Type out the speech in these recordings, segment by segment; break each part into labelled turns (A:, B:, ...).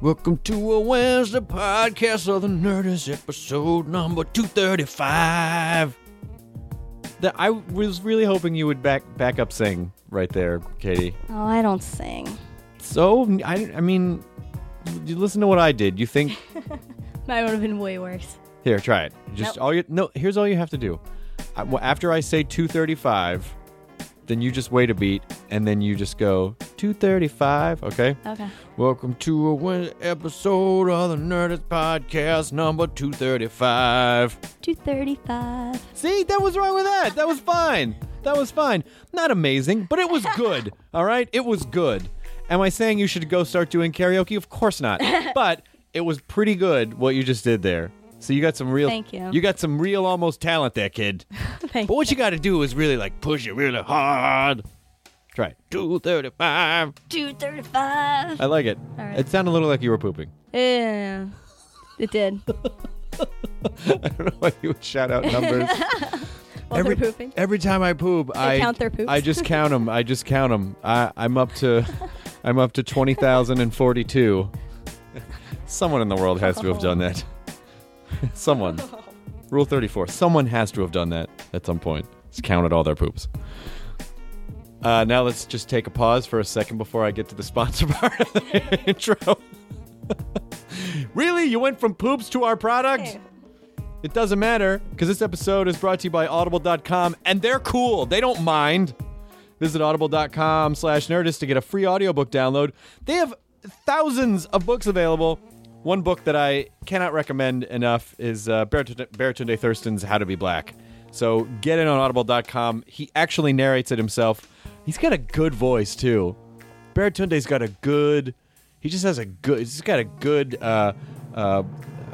A: Welcome to a Wednesday podcast of the Nerdist, episode number 235.
B: That I was really hoping you would back back up sing right there, Katie.
C: Oh, I don't sing.
B: So I, I mean, you listen to what I did. You think
C: That would have been way worse.
B: here? Try it. Just
C: Nope.
B: all you no. Here's all you have to do. I, well, after I say two thirty five, then you just wait a beat and then you just go two thirty five. Okay.
C: Okay.
A: Welcome to a Wednesday episode of the Nerdist podcast number 235.
C: 235.
B: See, that was wrong with that. That was fine. That was fine. Not amazing, but it was good. All right, it was good. Am I saying you should go start doing karaoke? Of course not. But it was pretty good what you just did there. So you got some real.
C: Thank you.
B: You got some real almost talent there, kid.
C: Thank
A: But what you got to do is really like push it really hard.
B: Try it.
A: 235.
C: 235.
B: I like it.
C: All right.
B: It sounded a little like you were pooping.
C: Yeah. It did.
B: I don't know why you would shout out numbers.
C: While they're pooping.
B: Every time I poop, I
C: count their poops?
B: I just count them. I just count them. I, I'm up to, I'm up to twenty thousand and forty-two. Someone in the world has to have done that. Someone. Rule thirty-four. Someone has to have done that at some point. Just counted all their poops. Uh, now let's just take a pause for a second before I get to the sponsor part of the intro. really, you went from poops to our product? It doesn't matter because this episode is brought to you by audible.com and they're cool. They don't mind. Visit audible.com slash nerdist to get a free audiobook download. They have thousands of books available. One book that I cannot recommend enough is uh, Baratunde Baratunde Thurston's How to Be Black. So get in on audible.com. He actually narrates it himself. He's got a good voice too. Baratunde's got a good. He just has a good. He's got a good uh, uh,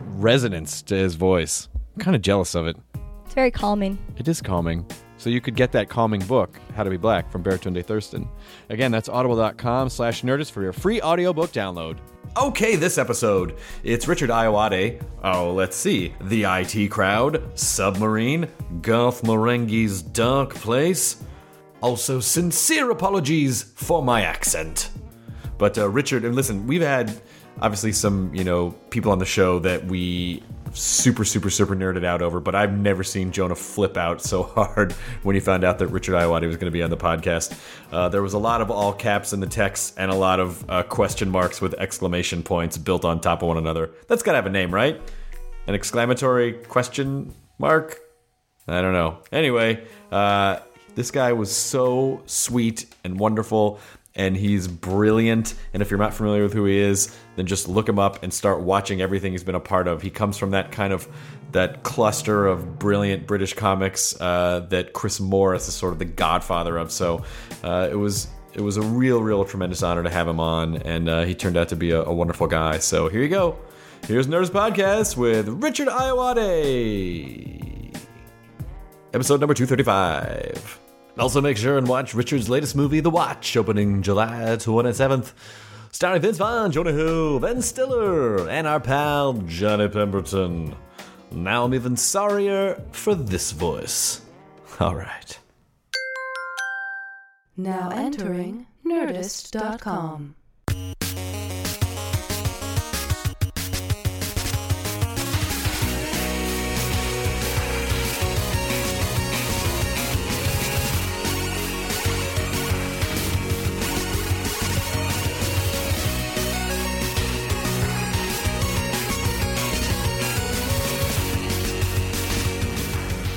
B: resonance to his voice. I'm kind of jealous of it.
C: It's very calming.
B: It is calming. So you could get that calming book, How to Be Black, from Baratunde Thurston. Again, that's audible.com slash nerdist for your free audiobook download.
D: Okay, this episode, it's Richard Iowade. Oh, let's see. The IT Crowd, Submarine, Garth Marenghi's Dark Place. Also, sincere apologies for my accent. But uh, Richard, and listen, we've had obviously some, you know, people on the show that we super, super, super nerded out over, but I've never seen Jonah flip out so hard when he found out that Richard Iowati was going to be on the podcast. Uh, there was a lot of all caps in the text and a lot of uh, question marks with exclamation points built on top of one another. That's got to have a name, right? An exclamatory question mark? I don't know. Anyway, uh, this guy was so sweet and wonderful, and he's brilliant. And if you're not familiar with who he is, then just look him up and start watching everything he's been a part of. He comes from that kind of that cluster of brilliant British comics uh, that Chris Morris is sort of the godfather of. So uh, it was. It was a real, real tremendous honor to have him on, and uh, he turned out to be a, a wonderful guy. So here you go. Here's Nerds Podcast with Richard Iowade episode number 235. Also, make sure and watch Richard's latest movie, The Watch, opening July 27th. Starring Vince Vaughn, Jonah Hill, Ben Stiller, and our pal Johnny Pemberton. Now I'm even sorrier for this voice. All right.
E: Now entering nerdist.com.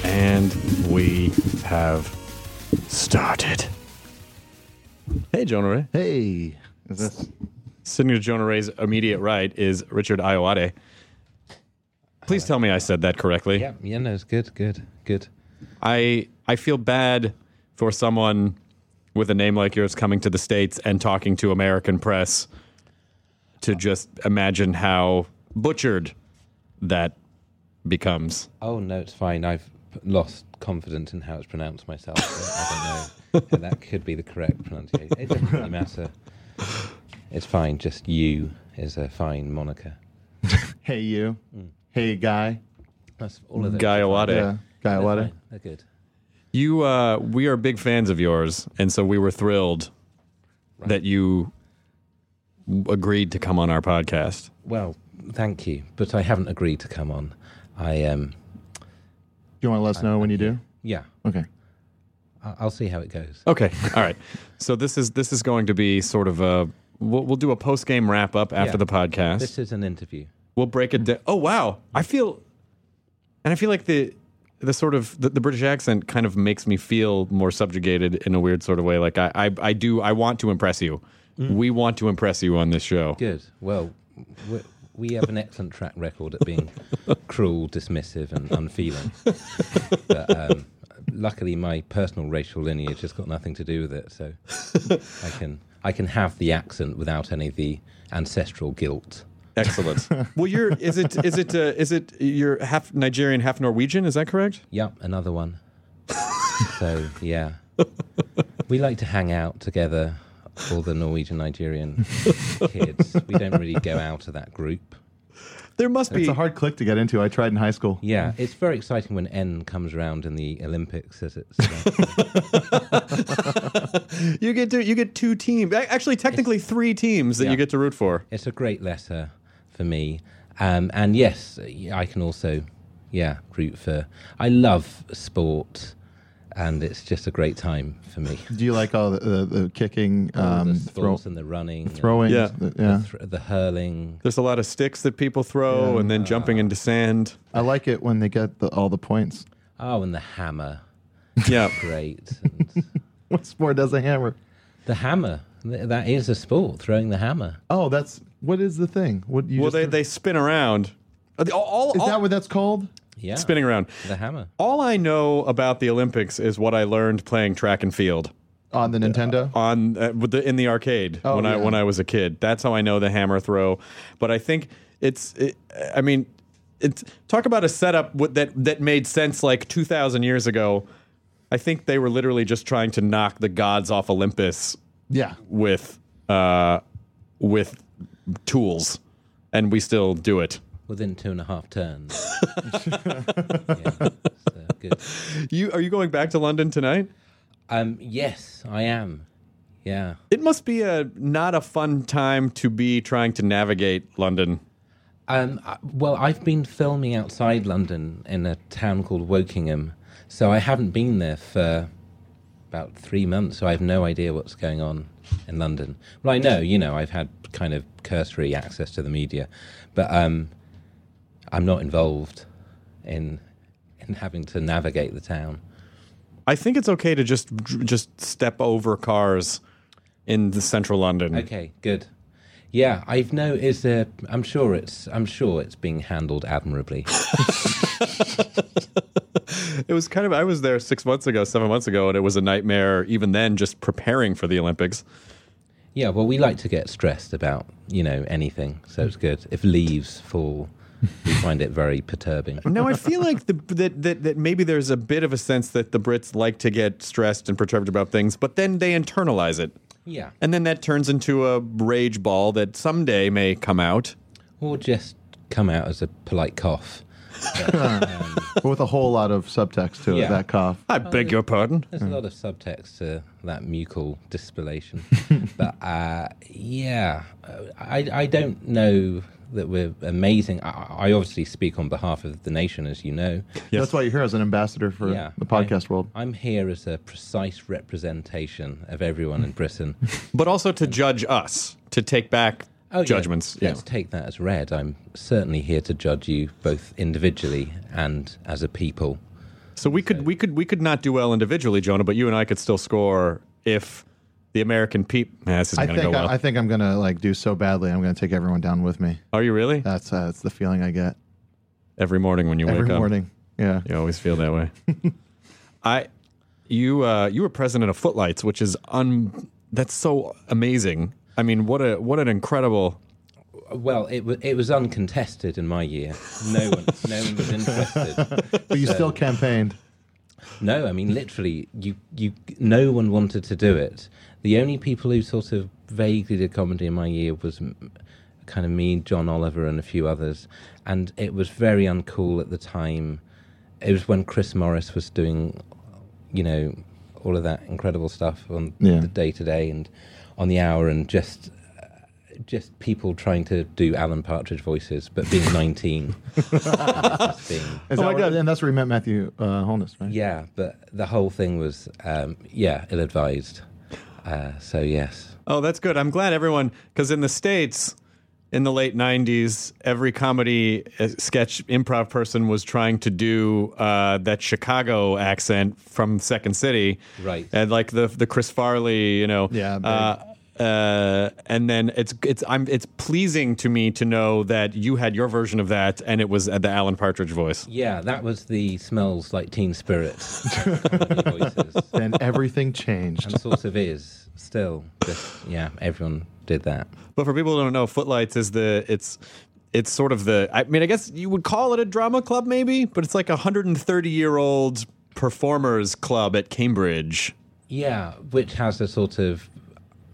B: And We have started. Hey, Jonah Ray.
F: Hey, is this
B: Sitting to Jonah Ray's immediate right is Richard Iowade. Please tell me I said that correctly.
G: Yeah, yeah, no, it's good, good, good.
B: I I feel bad for someone with a name like yours coming to the states and talking to American press to just imagine how butchered that becomes.
G: Oh no, it's fine. I've p- lost confidence in how it's pronounced myself. I don't know. that could be the correct pronunciation. It doesn't really matter. It's fine. Just you is a fine moniker.
F: hey you,
G: Mm.
F: hey guy,
G: That's all of those.
B: Guy Awade.
F: yeah, guy,
G: They're
F: what?
G: fine. They're good.
B: You, uh, we are big fans of yours, and so we were thrilled that you agreed to come on our podcast.
G: Well, thank you, but I haven't agreed to come on. I um,
F: Do you want to let us know when you do?
G: yeah,
F: Okay.
G: I- I'll see how it goes.
B: Okay, all right. So this is this is going to be sort of a we'll, we'll do a post game wrap up after
G: Yeah.
B: the podcast.
G: This is an interview.
B: we'll break it down. Oh wow, I feel, and I feel like the the sort of the, the British accent kind of makes me feel more subjugated in a weird sort of way. Like I I, I do I want to impress you.
G: Mm.
B: We want to impress you on this show.
G: Good. Well, we, we have an excellent track record at being cruel, dismissive, and unfeeling. But um, luckily, my personal racial lineage has got nothing to do with it, so I can I can have the accent without any of the ancestral guilt.
B: Excellent. well, you're is it is it uh, is it you're half Nigerian, half Norwegian? Is that correct?
G: Yep, another one. so yeah, we like to hang out together. All the Norwegian Nigerian kids. We don't really go out of that group.
B: There must be.
F: It's a hard click to get into. I tried in high school.
G: Yeah, it's very exciting when N comes around in the Olympics, as it's uh,
B: you get to you get two teams. A- Actually, technically three teams that
G: Yeah.
B: you get to root for.
G: It's a great letter for me. Um, and yes, I can also, yeah, root for. I love sport, and it's just a great time for me.
F: Do you like all the, the, the kicking,
G: All
F: um,
G: Oh, the
F: throw,
G: sports and the running, and
F: throwing?
B: Yeah.
F: the-
G: the,
F: yeah.
G: thr- the hurling.
B: There's a lot of sticks that people throw, and then jumping into sand.
F: I like it when they get the, all the points.
G: Oh, and the hammer,
B: Yeah.
G: great. And
F: What sport does a hammer?
G: the hammer. Th- That is a sport, throwing the hammer.
F: Oh, that's what is the thing? What you
B: well,
F: just
B: they, they spin around. Uh, All, all,
F: is
B: all-
F: that what that's called?
G: Yeah.
B: spinning around.
G: The hammer.
B: All I know about the Olympics is what I learned playing track and field
F: On the Nintendo?
B: on uh, with the, in the arcade
F: Oh,
B: when I
F: yeah.
B: when I was a kid. That's how I know the hammer throw. But I think it's it, I mean, it's talk about a setup with, that that made sense like 2000 years ago. I think they were literally just trying to knock the gods off Olympus
F: yeah.
B: with uh with tools and we still do it.
G: Within two and a half turns. yeah, so good.
B: You are you going back to London tonight?
G: Um, yes, I am. Yeah.
B: It must be a not a fun time to be trying to navigate London.
G: Um, I- well, I've been filming outside London in a town called Wokingham, so I haven't been there for about three months, so I have no idea what's going on in London. Well, I know, you know, I've had kind of cursory access to the media, but um, I'm not involved in in having to navigate the town.
B: I think it's okay to just just step over cars in the central London.
G: Okay, good. Yeah, I've no. Is there? I'm sure it's. I'm sure it's being handled admirably.
B: It was kind of I was there 6 months ago, 7 months ago and it was a nightmare even then just preparing for the Olympics.
G: Yeah, well, we like to get stressed about you know anything, so it's good. If leaves fall, we find it very perturbing.
B: Now I feel like the, that, that that maybe there's a bit of a sense that the Brits like to get stressed and perturbed about things, but then they internalize it.
G: Yeah,
B: And then that turns into a rage ball that someday may come out.
G: or just come out as a polite cough.
F: But with a whole lot of subtext to
G: Yeah.
F: it, that cough.
B: I beg your pardon.
G: There's a lot of subtext to that mucal distillation, but uh, yeah, uh, I I don't know that we're amazing. I, I obviously speak on behalf of the nation, as you know.
F: That's why you're here as an ambassador for
G: Yeah,
F: the podcast world.
G: I'm here as a precise representation of everyone in Britain.
B: But also to judge us, to take back judgments.
G: Oh, Yeah. Let's take that as read. I'm certainly here to judge you both individually and as a people.
B: So we could we could we could not do well individually, Jonah, but you and I could still score if the American peep. Nah, this isn't
F: I
B: going to go
F: think
B: well.
F: I, I think I'm gonna like do so badly. I'm gonna take everyone down with me.
B: Are you really?
F: That's uh, that's the feeling I get
B: Every morning when you
F: every
B: wake up.
F: morning. Yeah.
B: You always feel that way. I, you, uh, you were president of Footlights, which is un. That's so amazing. I mean, what a what an incredible.
G: Well, it was it was uncontested in my year. No one, no one was interested.
F: But you
G: So-
F: still campaigned.
G: No, I mean literally, you you no one wanted to do it. The only people who sort of vaguely did comedy in my year was m- kind of me, John Oliver, and a few others, and it was very uncool at the time. It was when Chris Morris was doing, you know, all of that incredible stuff on
F: Yeah.
G: the day to day and on the hour, and just uh, just people trying to do Alan Partridge voices, but being nineteen. Just being-
B: Oh
F: Is that what- And that's where we met Matthew uh, Holness, right?
G: yeah, but the whole thing was, um, yeah, ill advised. Uh, so, yes.
B: Oh, that's good. I'm glad everyone, because in the states, in the late '90s, every comedy uh, sketch improv person was trying to do uh, that Chicago accent from Second City,
G: Right.
B: And like the the Chris Farley, you know,
F: Yeah, big.
B: Uh, uh, and then it's it's I'm it's pleasing to me to know that you had your version of that, and it was uh, the Alan Partridge voice.
G: Yeah, that was the smells like teen spirit comedy voices.
F: Then everything changed.
G: And sort of is still. Just, yeah, everyone did that.
B: But for people who don't know, Footlights is the it's it's sort of the I mean I guess you would call it a drama club maybe, but it's like a hundred and thirty year old performers club at Cambridge.
G: Yeah, which has a sort of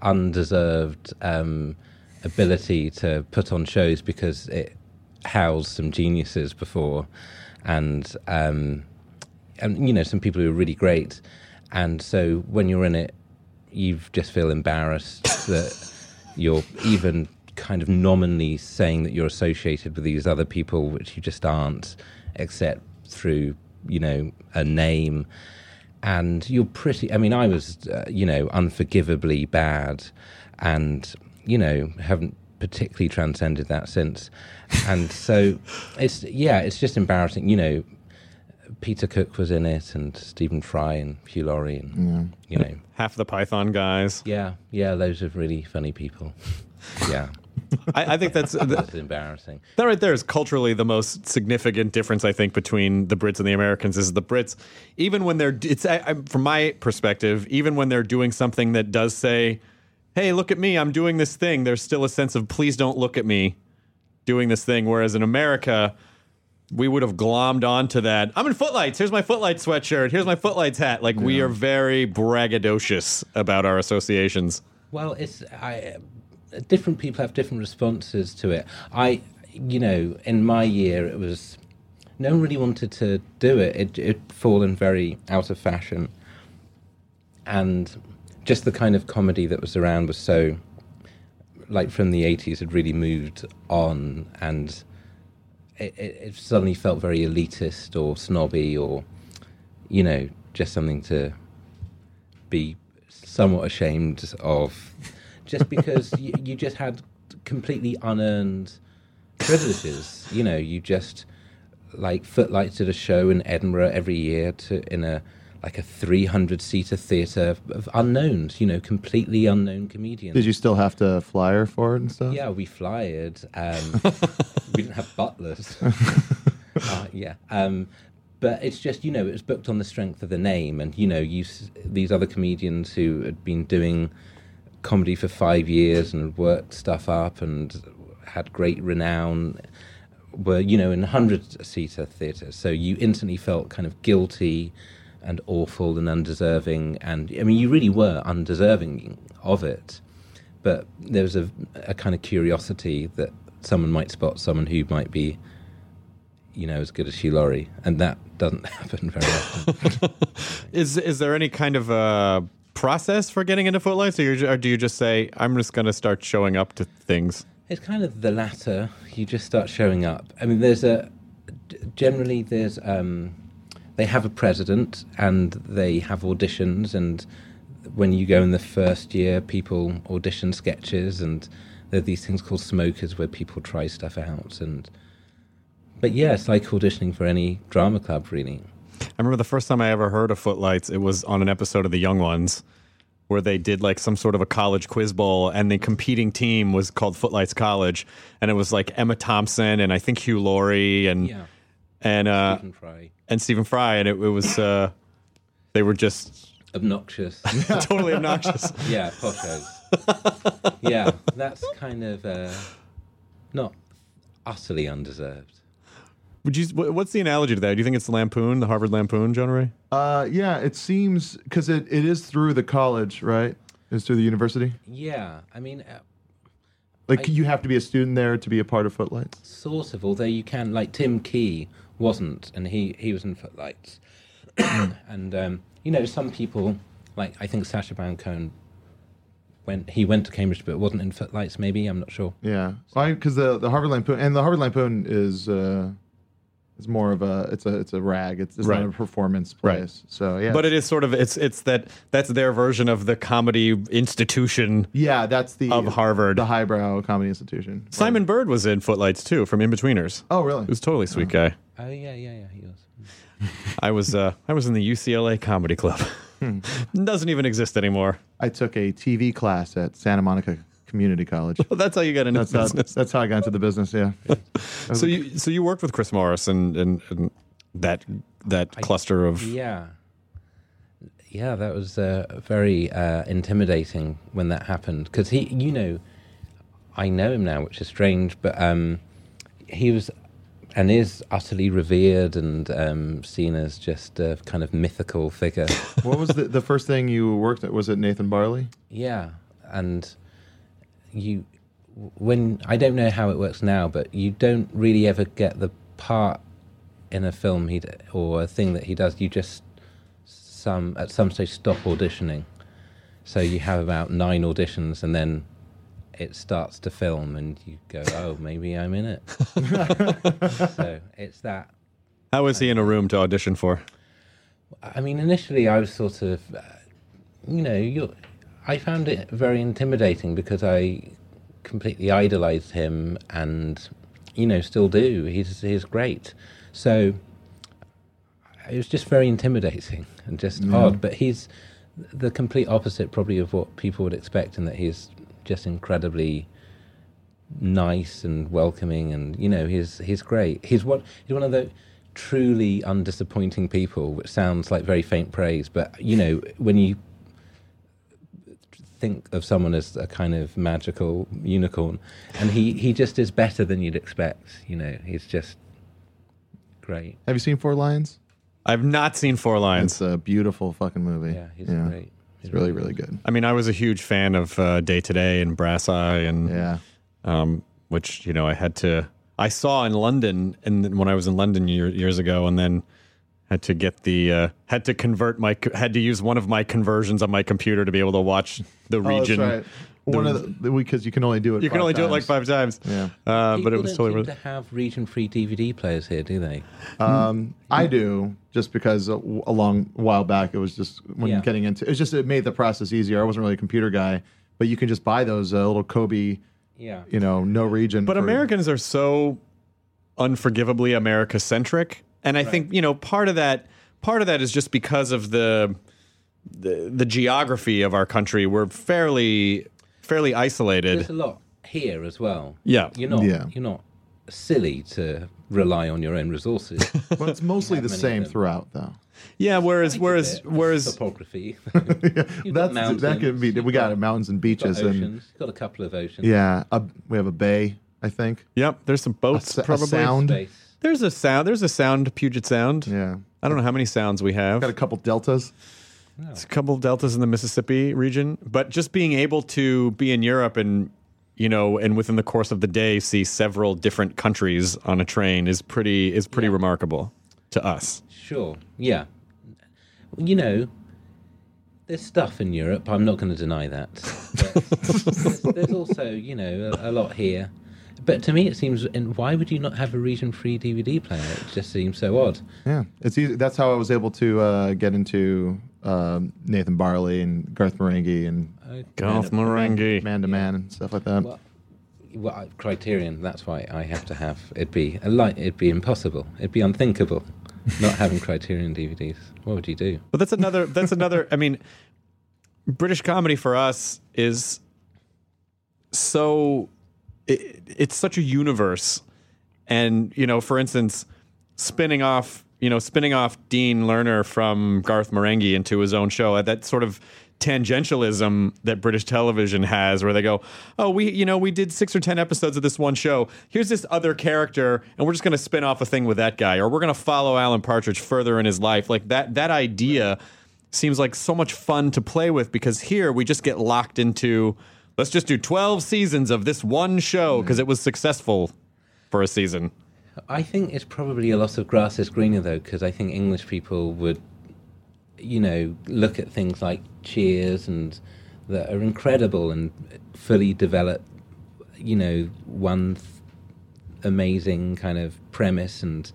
G: undeserved um, ability to put on shows because it housed some geniuses before, and um, and you know some people who are really great, and so when you're in it, you just feel embarrassed that you're even kind of nominally saying that you're associated with these other people, which you just aren't, except through you know a name and you're pretty i mean i was uh, you know unforgivably bad and you know haven't particularly transcended that since and so it's yeah it's just embarrassing you know peter cook was in it and stephen fry and hugh laurie and you know
B: Half the Python guys.
G: yeah yeah those are really funny people yeah
B: I, I think that's
G: that's
B: that
G: embarrassing
B: right there is culturally the most significant difference I think between the Brits and the Americans is the Brits, even when they're it's I, I, from my perspective, even when they're doing something that does say, "Hey, look at me, I'm doing this thing," there's still a sense of "Please don't look at me." doing this thing. Whereas in America, we would have glommed onto that. I'm in footlights. Here's my footlights sweatshirt. Here's my footlights hat. Like we are very braggadocious about our associations.
G: Well, it's I, uh, different people have different responses to it. I, you know, in my year it was no one really wanted to do it. It it'd fallen very out of fashion, and just the kind of comedy that was around was so, like from the eighties, had really moved on, and it, it, it suddenly felt very elitist or snobby or, you know, just something to be somewhat ashamed of just because you, you just had completely unearned privileges you know you just like footlights did a show in edinburgh every year to in a like a 300 seater theater of, of unknowns you know completely unknown comedians
F: Did you still have to flyer for it and stuff?
G: yeah, we flyered. Um, we didn't have butlers. uh, yeah. Um, but it's just, you know, it was booked on the strength of the name. And, you know, you, s- these other comedians who had been doing comedy for five years and had worked stuff up and had great renown were, you know, in 100 seater theatres. So you instantly felt kind of guilty and awful and undeserving. And, I mean, you really were undeserving of it but there was a, a kind of curiosity that someone might spot someone who might be, you know, as good as Hugh Laurie, and that doesn't happen very often.
B: Is is there any kind of uh, process for getting into footlights, or, you or do you just say, "I'm just going to start showing up to things"?
G: it's kind of the latter. You just start showing up. I mean, there's a g- generally there's um, they have a president and they have auditions, and when you go in the first year, people audition sketches, and there are these things called smokers where people try stuff out and. But yeah, it's like auditioning for any drama club, really.
B: I remember the first time I ever heard of Footlights, it was on an episode of The Young Ones where they did like some sort of a college quiz bowl and the competing team was called Footlights College and it was like Emma Thompson and I think Hugh Laurie and
G: Yeah.
B: and uh
G: Stephen Fry.
B: and Stephen Fry and it, it was uh they were just
G: obnoxious.
B: totally obnoxious.
G: yeah, poshos. yeah, that's kind of uh, not utterly undeserved.
B: Would you wh- what's the analogy to that? Do you think it's the Lampoon, the Harvard Lampoon, John Ray?
F: Uh, yeah, it seems because it, it is through the college, right? It's through the university.
G: Yeah, I mean, uh,
F: Like
G: I-
F: you have to be a student there to be a part of Footlights.
G: sort of. Although you can, like Tim Key wasn't, and he he was in Footlights, and um, you know some people, like I think Sacha Baron Cohen, went he went to Cambridge but wasn't in Footlights. Maybe I'm not sure.
F: Yeah, because the the Harvard Lampoon and the Harvard Lampoon is uh, is more of a it's a it's a rag. It's, it's
B: Right.
F: not a performance place. So yeah,
B: But it is sort of it's it's that that's their version of the comedy institution.
F: Yeah, that's the
B: of Harvard, the
F: highbrow comedy institution.
B: Simon Bird was in Footlights too, from Inbetweeners.
F: Oh, really?
B: He was a totally sweet guy.
G: Oh yeah, yeah, yeah. He was.
B: I was uh, I was in the UCLA Comedy Club. Doesn't even exist anymore.
F: I took a TV class at Santa Monica Community College.
B: Well, that's how you got into
F: that's
B: the
F: how,
B: business.
F: That's how I got into the business. Yeah.
B: So you so you worked with Chris Morris and and, and that that cluster of
G: Yeah. Yeah, that was uh, very uh, intimidating when that happened because he, you know, I know him now, which is strange, but um, he was and is utterly revered and um, seen as just a kind of mythical figure.
F: what was the, the first thing you worked at? Was it Nathan Barley?
G: yeah, and you, when I don't know how it works now, but you don't really ever get the part in a film he d- or a thing that he does. You just some at some stage stop auditioning. So you have about nine auditions, and then it starts to film, and you go, "Oh, maybe I'm in it." so it's that
B: How was he in a room to audition for?
G: I mean, initially I was sort of, uh, you know, you I found it very intimidating because I completely idolized him and, you know, still do. He's, he's great. So it was just very intimidating and just
H: Yeah.
G: odd. But he's the complete opposite, probably, of what people would expect, in that he's just incredibly nice and welcoming and you know he's he's great he's one he's one of the truly undisappointing people which sounds like very faint praise but you know when you think of someone as a kind of magical unicorn and he he just is better than you'd expect you know he's just great
F: Have you seen Four Lions?
B: I've not seen Four Lions.
F: It's a beautiful fucking movie. Yeah,
G: he's great.
F: It's really, really good.
B: I mean, I was a huge fan of uh, Day to Day and Brass Eye, and
F: yeah,
B: um, which you know I had to. I saw in London, and then when I was in London year, years ago, and then had to get the uh, had to convert my co- had to use one of my conversions on my computer to be able to watch the
F: Oh,
B: region.
F: that's right. One of the because you can only do it.
B: you can
F: five
B: only do it
F: times.
B: like five times.
F: Yeah,
B: uh, but it
G: People
B: was
G: don't
B: totally
G: seem
B: worth.
G: to have region free dvd players here do they
F: Um, I do just because a, a long while back it was just when
G: Yeah.
F: getting into it's just it made the process easier. I wasn't really a computer guy, but you can just buy those uh, little Kobe,
G: Yeah.
F: you know, no region.
B: But
F: for-
B: Americans are so unforgivably America centric, and I think you know part of that part of that is just because of the the, the geography of our country. We're fairly fairly
G: there's a
B: isolated.
G: lot here as well
B: Yeah.
G: you're not
B: Yeah.
G: you're not silly to rely on your own resources
F: well, it's mostly the same throughout though.
B: Yeah, whereas whereas whereas
G: topography
F: That's that
G: mountains,
F: could be we got mountains and
G: You've got
F: beaches and
G: oceans. You've got a couple of oceans.
F: um, yeah, a, we have a bay, I think.
B: Yep, there's some boats
F: a,
B: probably.
F: sound.
B: There's a sound. There's a sound. Puget Sound.
F: Yeah.
B: I don't know how many sounds we have. Got a
F: couple deltas.
B: It's a couple deltas in the Mississippi region, but just being able to be in Europe and you know, and within the course of the day, see several different countries on a train is pretty is pretty remarkable to us.
G: Sure. Yeah. You know, there's stuff in Europe. I'm not going to deny that. But there's, there's also, you know, a, a lot here. But to me, it seems. And why would you not have a region-free DVD player? It just seems so odd.
F: Yeah, it's easy. That's how I was able to uh, get into um, Nathan Barley and Garth Marenghi and
G: Okay.
B: Garth
F: Man-
B: Marenghi.
F: man to man and stuff like that.
G: Well, I- Criterion. That's why I have to have. It'd be a light. It'd be impossible. It'd be unthinkable. not having Criterion DVDs. What would you do?
B: But that's another. That's another. I mean, British comedy for us is so. It, it's such a universe, and you know, for instance, spinning off. You know, spinning off Dean Lerner from Garth Marenghi into his own show. uh, That sort of tangentialism that British television has, where they go, "Oh, we, you know, we did six or ten episodes of this one show. Here's this other character, and we're just going to spin off a thing with that guy, or we're going to follow Alan Partridge further in his life." Like that. That idea seems like so much fun to play with because here we just get locked into let's just do 12 seasons of this one show because it was successful for a season.
G: I think it's probably a lot of grass is greener though, because I think English people would, you know, look at things like Cheers and that are incredible and fully developed, you know, one th- amazing kind of premise and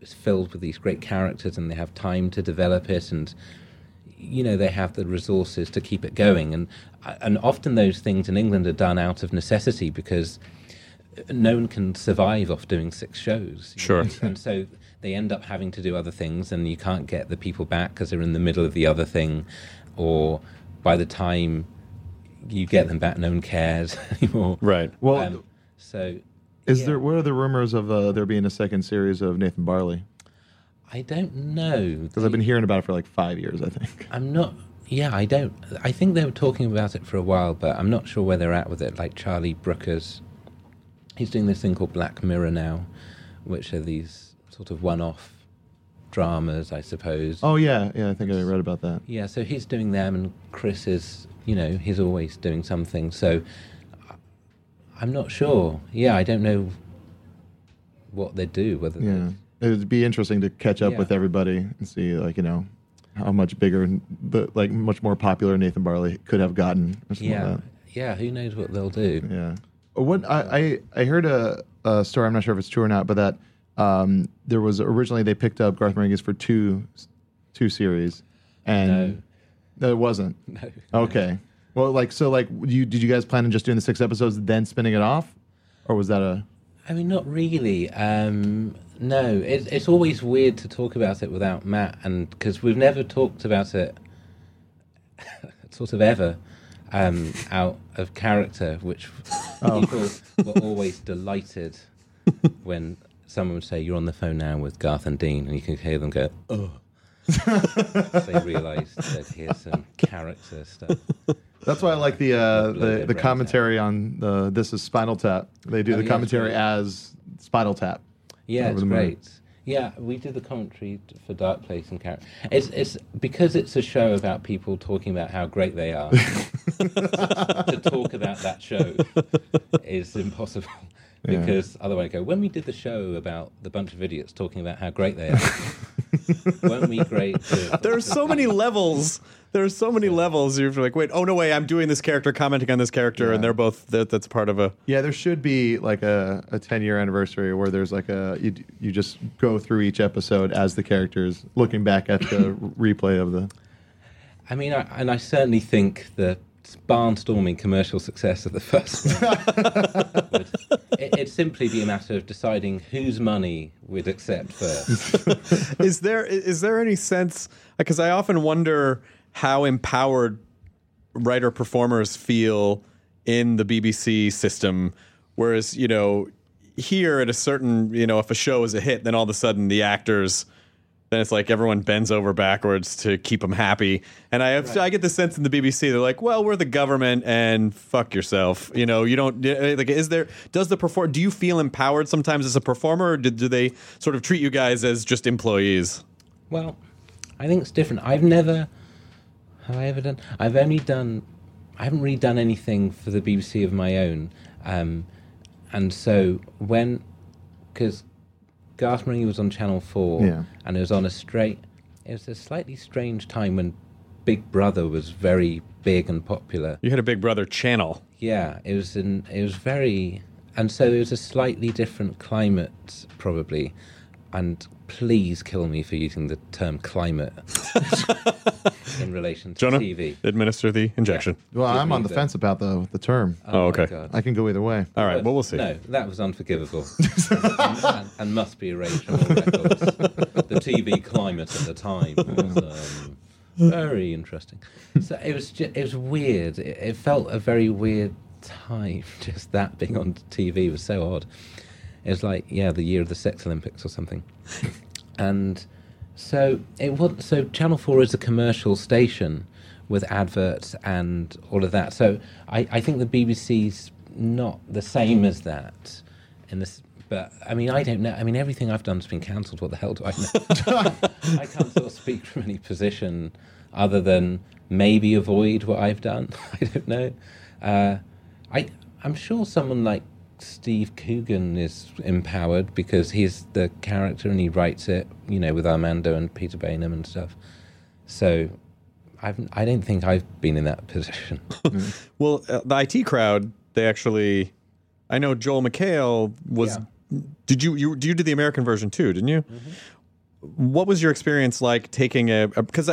G: it's filled with these great characters and they have time to develop it and you know they have the resources to keep it going and uh, and often those things in England are done out of necessity because no one can survive off doing six shows. you
B: Sure.
G: know, And so they end up having to do other things, and you can't get the people back because they're in the middle of the other thing, or by the time you get them back, no one cares anymore.
B: Right.
F: Well,
G: Um, so
F: Is there what are the rumors of uh, there being a second series of Nathan Barley?
G: I don't know.
F: Because I've been hearing about it for like five years, I think.
G: I'm not. Yeah, I don't. I think they were talking about it for a while, but I'm not sure where they're at with it. Like Charlie Brooker's, he's doing this thing called Black Mirror now, which are these sort of one-off dramas, I suppose.
F: Oh yeah, yeah, I think I read about that.
G: Yeah, so he's doing them, and Chris is, you know, he's always doing something. So I- I'm not sure. Yeah, I don't know what they do. Whether
F: Yeah, it'd be interesting to catch up
G: Yeah.
F: with everybody and see, like you know, how much bigger, and the, like much more popular Nathan Barley could have gotten. Or something
G: yeah,
F: like that.
G: yeah, who knows what they'll do?
F: Yeah. What Uh, I, I I heard a, a story. I'm not sure if it's true or not, but that um, there was originally they picked up Garth Marenghi's for two two series, and no, it wasn't.
G: No.
F: Okay. Well, like so, like you did you guys plan on just doing the six episodes then spinning it off, or was that a
G: I mean, not really. Um, no, it, it's always weird to talk about it without Matt, and because we've never talked about it, sort of ever, um, out of character, which people were always delighted when someone would say, "You're on the phone now with Garth and Dean," and you could hear them go, "Oh." they realised that here's some character stuff.
F: That's why I like the uh, the,
G: their
F: the
G: brains
F: commentary on the this is Spinal Tap. They do
G: Oh,
F: the
G: yeah,
F: commentary as Spinal Tap.
G: Yeah,
F: Over
G: it's
F: the movie.
G: great. Yeah, we do the commentary t- for Dark Place and Character. It's it's because it's a show about people talking about how great they are. to talk about that show is impossible
H: Yeah.
G: because otherwise, I go when we did the show about the bunch of idiots talking about how great they are. weren't we great? to-
B: There are so many levels. There are so many levels. You're like, wait, oh no way, I'm doing this character, commenting on this character, and they're both that, that's part of a.
F: Yeah, there should be like a, a 10 year anniversary where there's like a you d- you just go through each episode as the characters looking back at the replay of the.
G: I mean, I, and I certainly think the barnstorming commercial success of the first one would it, it'd simply be a matter of deciding whose money we'd accept first.
B: is there is there any sense? Because I often wonder how empowered writer performers feel in the BBC system, whereas you know here at a certain you know if a show is a hit, then all of a sudden the actors. Then it's like everyone bends over backwards to keep them happy, and I have, I get the sense in the BBC they're like, "Well, we're the government, and fuck yourself." You know, you don't eh, like. Is there does the perform? Do you feel empowered sometimes as a performer, or do, do they sort of treat you guys as just employees?
G: Well, I think it's different. I've never have I ever done. I've only done. I haven't really done anything for the BBC of my own, um, and so when because Garth Marenghi was on Channel Four,
F: Yeah.
G: and it was on a straight. It was a slightly strange time when Big Brother was very big and popular.
B: You had a Big Brother channel.
G: Yeah, it was an it was very and so it was a slightly different climate probably. And please kill me for using the term climate in relation relation to
B: Jonah,
G: TV.
B: administer the injection.
F: Well,
G: Give
F: I'm
G: me
F: on the
G: the-
F: fence about the the term.
B: Oh, Oh, my okay. God.
F: I can go either way.
B: All right, well, we'll see.
G: No, that was unforgivable and, and- and must be erased from all records. the TV climate at the time was um, very interesting. So it was ju- it was weird. It, it felt a very weird time. Just that being on TV was so odd. It was like yeah, the year of the Sex Olympics or something, and so it was. So Channel Four is a commercial station with adverts and all of that. So I, I think the BBC's not the same as that. In this, but I mean, I don't know. I mean, everything I've done's been cancelled. What the hell do I know? I can't sort of speak from any position other than maybe avoid what I've done. I don't know. Uh, I I'm sure someone like Steve Coogan is empowered because he's the character and he writes it, you know, with Armando and Peter Bainham and stuff. So I've I don't think I've been in that position.
B: Well, uh, the IT crowd, they actually. I know Joel McHale was. Did you you you did the American version too? Didn't you?
F: Mm-hmm.
B: What was your experience like taking a because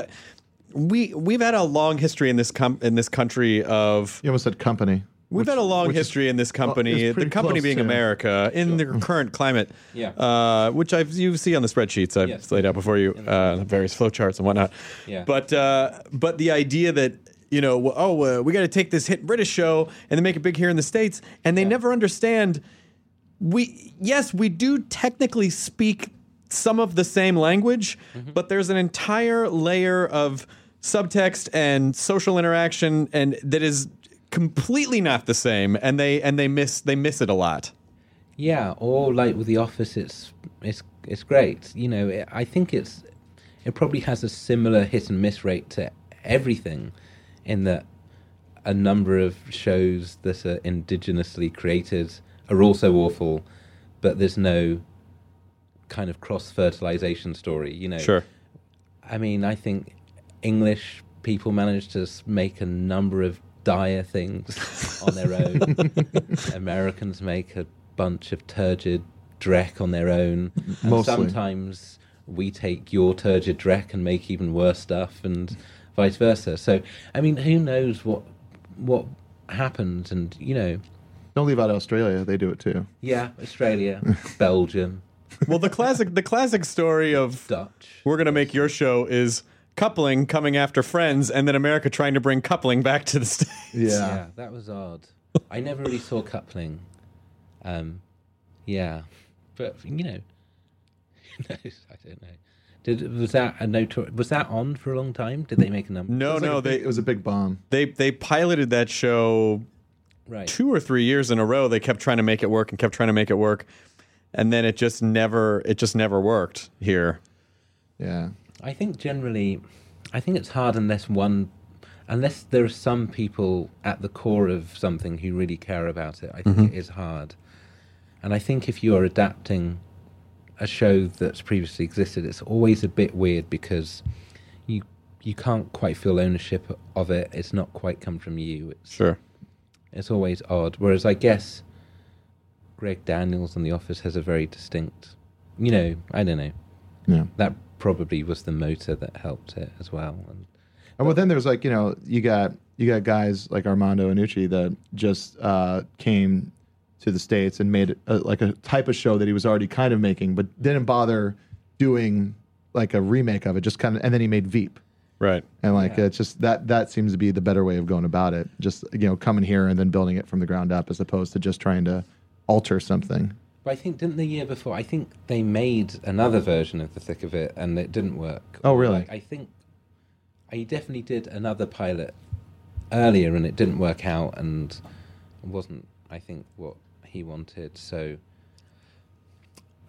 B: we we've had a long history in this com- in this country of
F: you almost said company.
B: We've had a long history in this company,
F: it's
B: the
F: pretty
B: company
F: close
B: being
F: to-
B: America, in the current climate,
F: Yeah.
B: uh, which I've you see on the spreadsheets I've laid out before you, uh, the various flowcharts and whatnot.
G: Yeah.
B: But uh, but the idea that you know, w- oh, uh, we got to take this hit British show and then make it big here in the states, and they never understand. We yes, we do technically speak some of the same language, but there's an entire layer of subtext and social interaction, and that is completely not the same. And they and they miss they miss it a lot.
G: Yeah, or like with the office, it's it's it's great. You know, it, I think it's it probably has a similar hit and miss rate to everything, in that a number of shows that are indigenously created are also awful, but there's no kind of cross fertilization story. You know,
B: Sure.
G: I mean, I think English people manage to s- make a number of dire things on their own. Americans make a bunch of turgid dreck on their own. And
F: Mostly.
G: sometimes we take your turgid dreck and make even worse stuff, and vice versa. So, I mean, who knows what what happens? And you know,
F: Don't leave out Australia. They do it too.
G: yeah, Australia, Belgium.
B: Well, the classic the classic story of
G: Dutch.
B: We're gonna make your show is coupling coming after Friends, and then America trying to bring coupling back to the states.
G: that was odd. I never really saw coupling. Um, yeah, but you know, who knows? I don't know. Did was that a notor- Was that on for a long time? Did they make a number?
B: No, no, they
F: it was a big bomb.
B: They they piloted that show
G: Right.
B: two or three years in a row. They kept trying to make it work and kept trying to make it work, and then it just never it just never worked here.
F: Yeah.
G: I think generally, I think it's hard unless one, unless there are some people at the core of something who really care about it. I think it is hard, and I think if you are adapting a show that's previously existed, it's always a bit weird because you you can't quite feel ownership of it. It's not quite come from you. It's,
B: sure,
G: it's always odd. Whereas I guess Greg Daniels on The Office has a very distinct, you know, I don't know.
F: Yeah.
G: That probably was the motor that helped it as well. And
F: And well, then there's like you know you got you got guys like Armando Anucci that just uh, came to the states and made a, like a type of show that he was already kind of making, but didn't bother doing like a remake of it. Just kind of, and then he made Veep.
B: Right.
F: And like it's just that that seems to be the better way of going about it. Just you know coming here and then building it from the ground up as opposed to just trying to alter something.
G: but I think didn't the year before? I think they made another version of The Thick of It, and it didn't work.
F: Oh, really?
G: Like, I think I definitely did another pilot earlier, and it didn't work out, and it wasn't I think what he wanted. So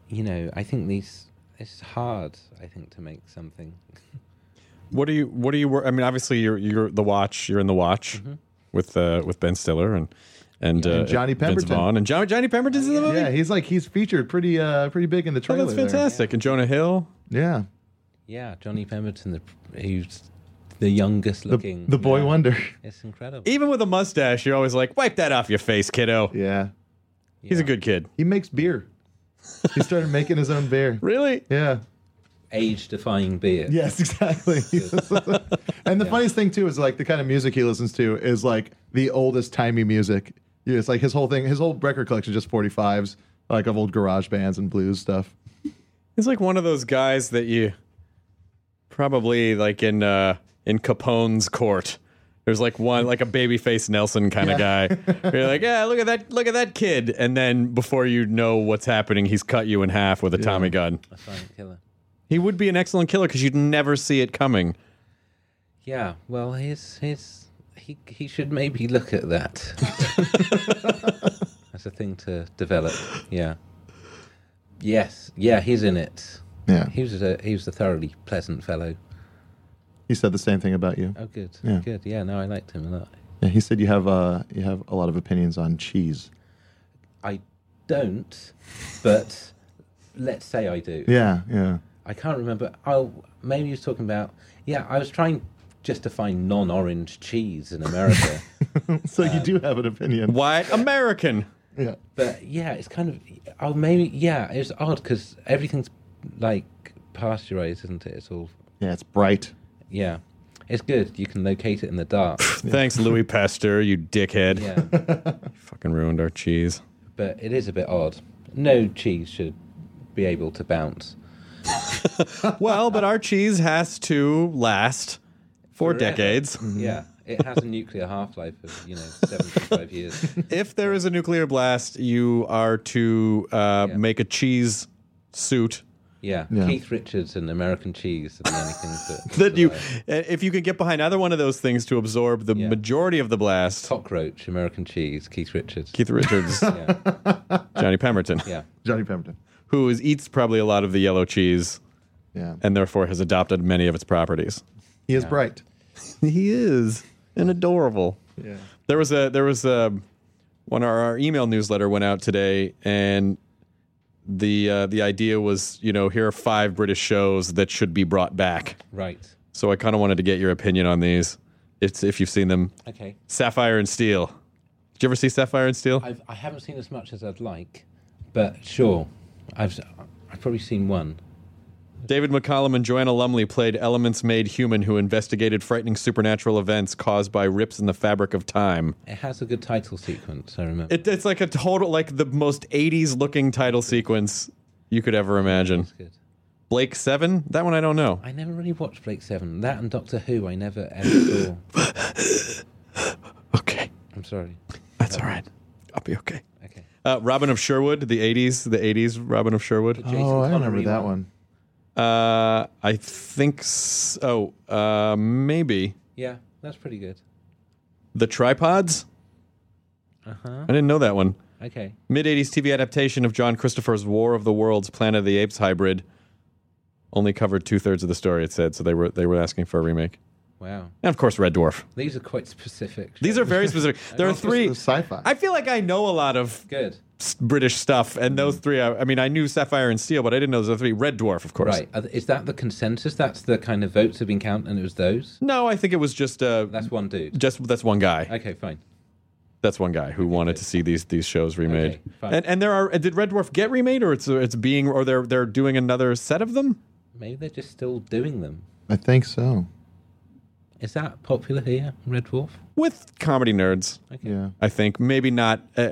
G: you know, I think these it's hard. I think to make something.
B: What do you what do you wor- I mean, obviously you're you're the watch. You're in the watch with uh, with Ben Stiller and and, uh,
F: Mm-hmm. and Johnny
B: Vince
F: Pemberton.
B: Vaughn and Johnny Johnny Pemberton's in the movie.
F: Yeah, he's like he's featured pretty uh pretty big in the
B: oh,
F: trailer.
B: that's
F: there.
B: fantastic. And Jonah Hill.
F: Yeah.
G: Yeah, Johnny Pemberton, the, who's the youngest looking.
F: the boy
G: yeah.
F: wonder.
G: It's incredible.
B: Even with a mustache, you're always like, wipe that off your face, kiddo.
F: Yeah.
B: He's a good kid.
F: He makes beer. He started making his own beer.
B: Really?
F: Yeah.
G: age-defying beer.
F: Yes, exactly. and the funniest thing too is like the kind of music he listens to is like the oldest timey music. Yeah, it's like his whole thing, his whole record collection is just 45s, like of old garage bands and blues stuff.
B: He's like one of those guys that you probably like in uh in Capone's court. There's like one like a babyface Nelson kind of guy. You're like, yeah, look at that, look at that kid, and then before you know what's happening, he's cut you in half with a Tommy gun.
G: A silent killer.
B: He would be an excellent killer because you'd never see it coming.
G: Yeah. Well, he's he's he he should maybe look at that as a thing to develop. Yeah. Yes. Yeah, he's in it.
F: Yeah.
G: He was a he was a thoroughly pleasant fellow.
F: He said the same thing about you.
G: Oh, good.
F: Yeah.
G: Good. Yeah. No, I liked him a lot.
F: Yeah, he said you have uh you have a lot of opinions on cheese.
G: I don't, but let's say I do.
F: Yeah, yeah.
G: I can't remember. Oh, maybe he was talking about. Yeah, I was trying just to find non-orange cheese in America.
F: so you do have an opinion.
B: White American.
F: Yeah.
G: But yeah, it's kind of. Oh, maybe yeah. It's odd because everything's like pasteurized, isn't it? It's all.
F: Yeah, it's bright.
G: Yeah, it's good. You can locate it in the dark.
B: Thanks, Louis Pasteur, you dickhead.
G: Yeah.
B: Fucking ruined our cheese.
G: but it is a bit odd. No cheese should be able to bounce.
B: well, but our cheese has to last for
G: Forever.
B: decades.
G: Yeah, it has a nuclear half-life of you know seventy-five years.
B: if there is a nuclear blast, you are to uh, make a cheese suit
G: Yeah.
B: Yeah.
G: Keith Richards and American cheese and anything that
B: that you, uh, if you could get behind either one of those things to absorb the majority of the blast.
G: Oh. Cockroach, American cheese, Keith Richards.
B: Keith Richards. Johnny Pemberton.
G: Yeah.
F: Johnny Pemberton.
B: Who is, eats probably a lot of the yellow cheese.
F: Yeah.
B: And therefore has adopted many of its properties.
F: He is bright.
B: he is and adorable.
F: Yeah.
B: There was a there was a one of our email newsletter went out today, and the uh, the idea was you know here are five British shows that should be brought back.
G: Right.
B: So I kind of wanted to get your opinion on these. It's if you've seen them.
G: Okay.
B: Sapphire and Steel. Did you ever see Sapphire and Steel?
G: I've, I haven't seen as much as I'd like, but sure. I've I've probably seen one.
B: David McCallum and Joanna Lumley played elements made human who investigated frightening supernatural events caused by rips in the fabric of time.
G: It has a good title sequence, I remember.
B: It, it's like a total, like the most 80s looking title sequence you could ever imagine. Blake 7? That one I don't know.
G: I never really watched Blake Seven. That and Doctor Who I never ever saw.
B: okay.
G: I'm sorry.
B: That's all right. I'll be okay. Okay. Uh, Robin of Sherwood, the 80s, the 80s Robin of Sherwood.
F: oh, I remember that one.
B: Uh, I think, s oh, uh, maybe.
G: Yeah, that's pretty good.
B: The Tripods?
G: Uh huh.
B: I didn't know that one.
G: Okay.
B: Mid 80s TV adaptation of John Christopher's War of the Worlds Planet of the Apes hybrid. Only covered two thirds of the story, it said, so they were they were asking for a remake.
G: Wow.
B: And of course, Red Dwarf.
G: These are quite specific.
B: These are very specific. There are three
F: sci-fi.
B: I feel like I know a lot of
G: good
B: British stuff, and
G: Mm-hmm.
B: those three. I, I mean, I knew Sapphire and Steel, but I didn't know those other three. Red Dwarf, of course.
G: Right. Are- Is that the consensus? That's the kind of votes have been counted, and it was those.
B: No, I think it was just uh,
G: that's one dude.
B: Just that's one guy.
G: Okay, fine.
B: That's one guy who wanted to see these these shows remade.
G: fine.
B: and and there are did Red Dwarf get remade or it's it's being or they're they're doing another set of them?
G: Maybe they're just still doing them.
F: I think so.
G: Is that popular here, Red Dwarf?
B: with comedy nerds.
F: Yeah.
B: I think maybe not. Uh,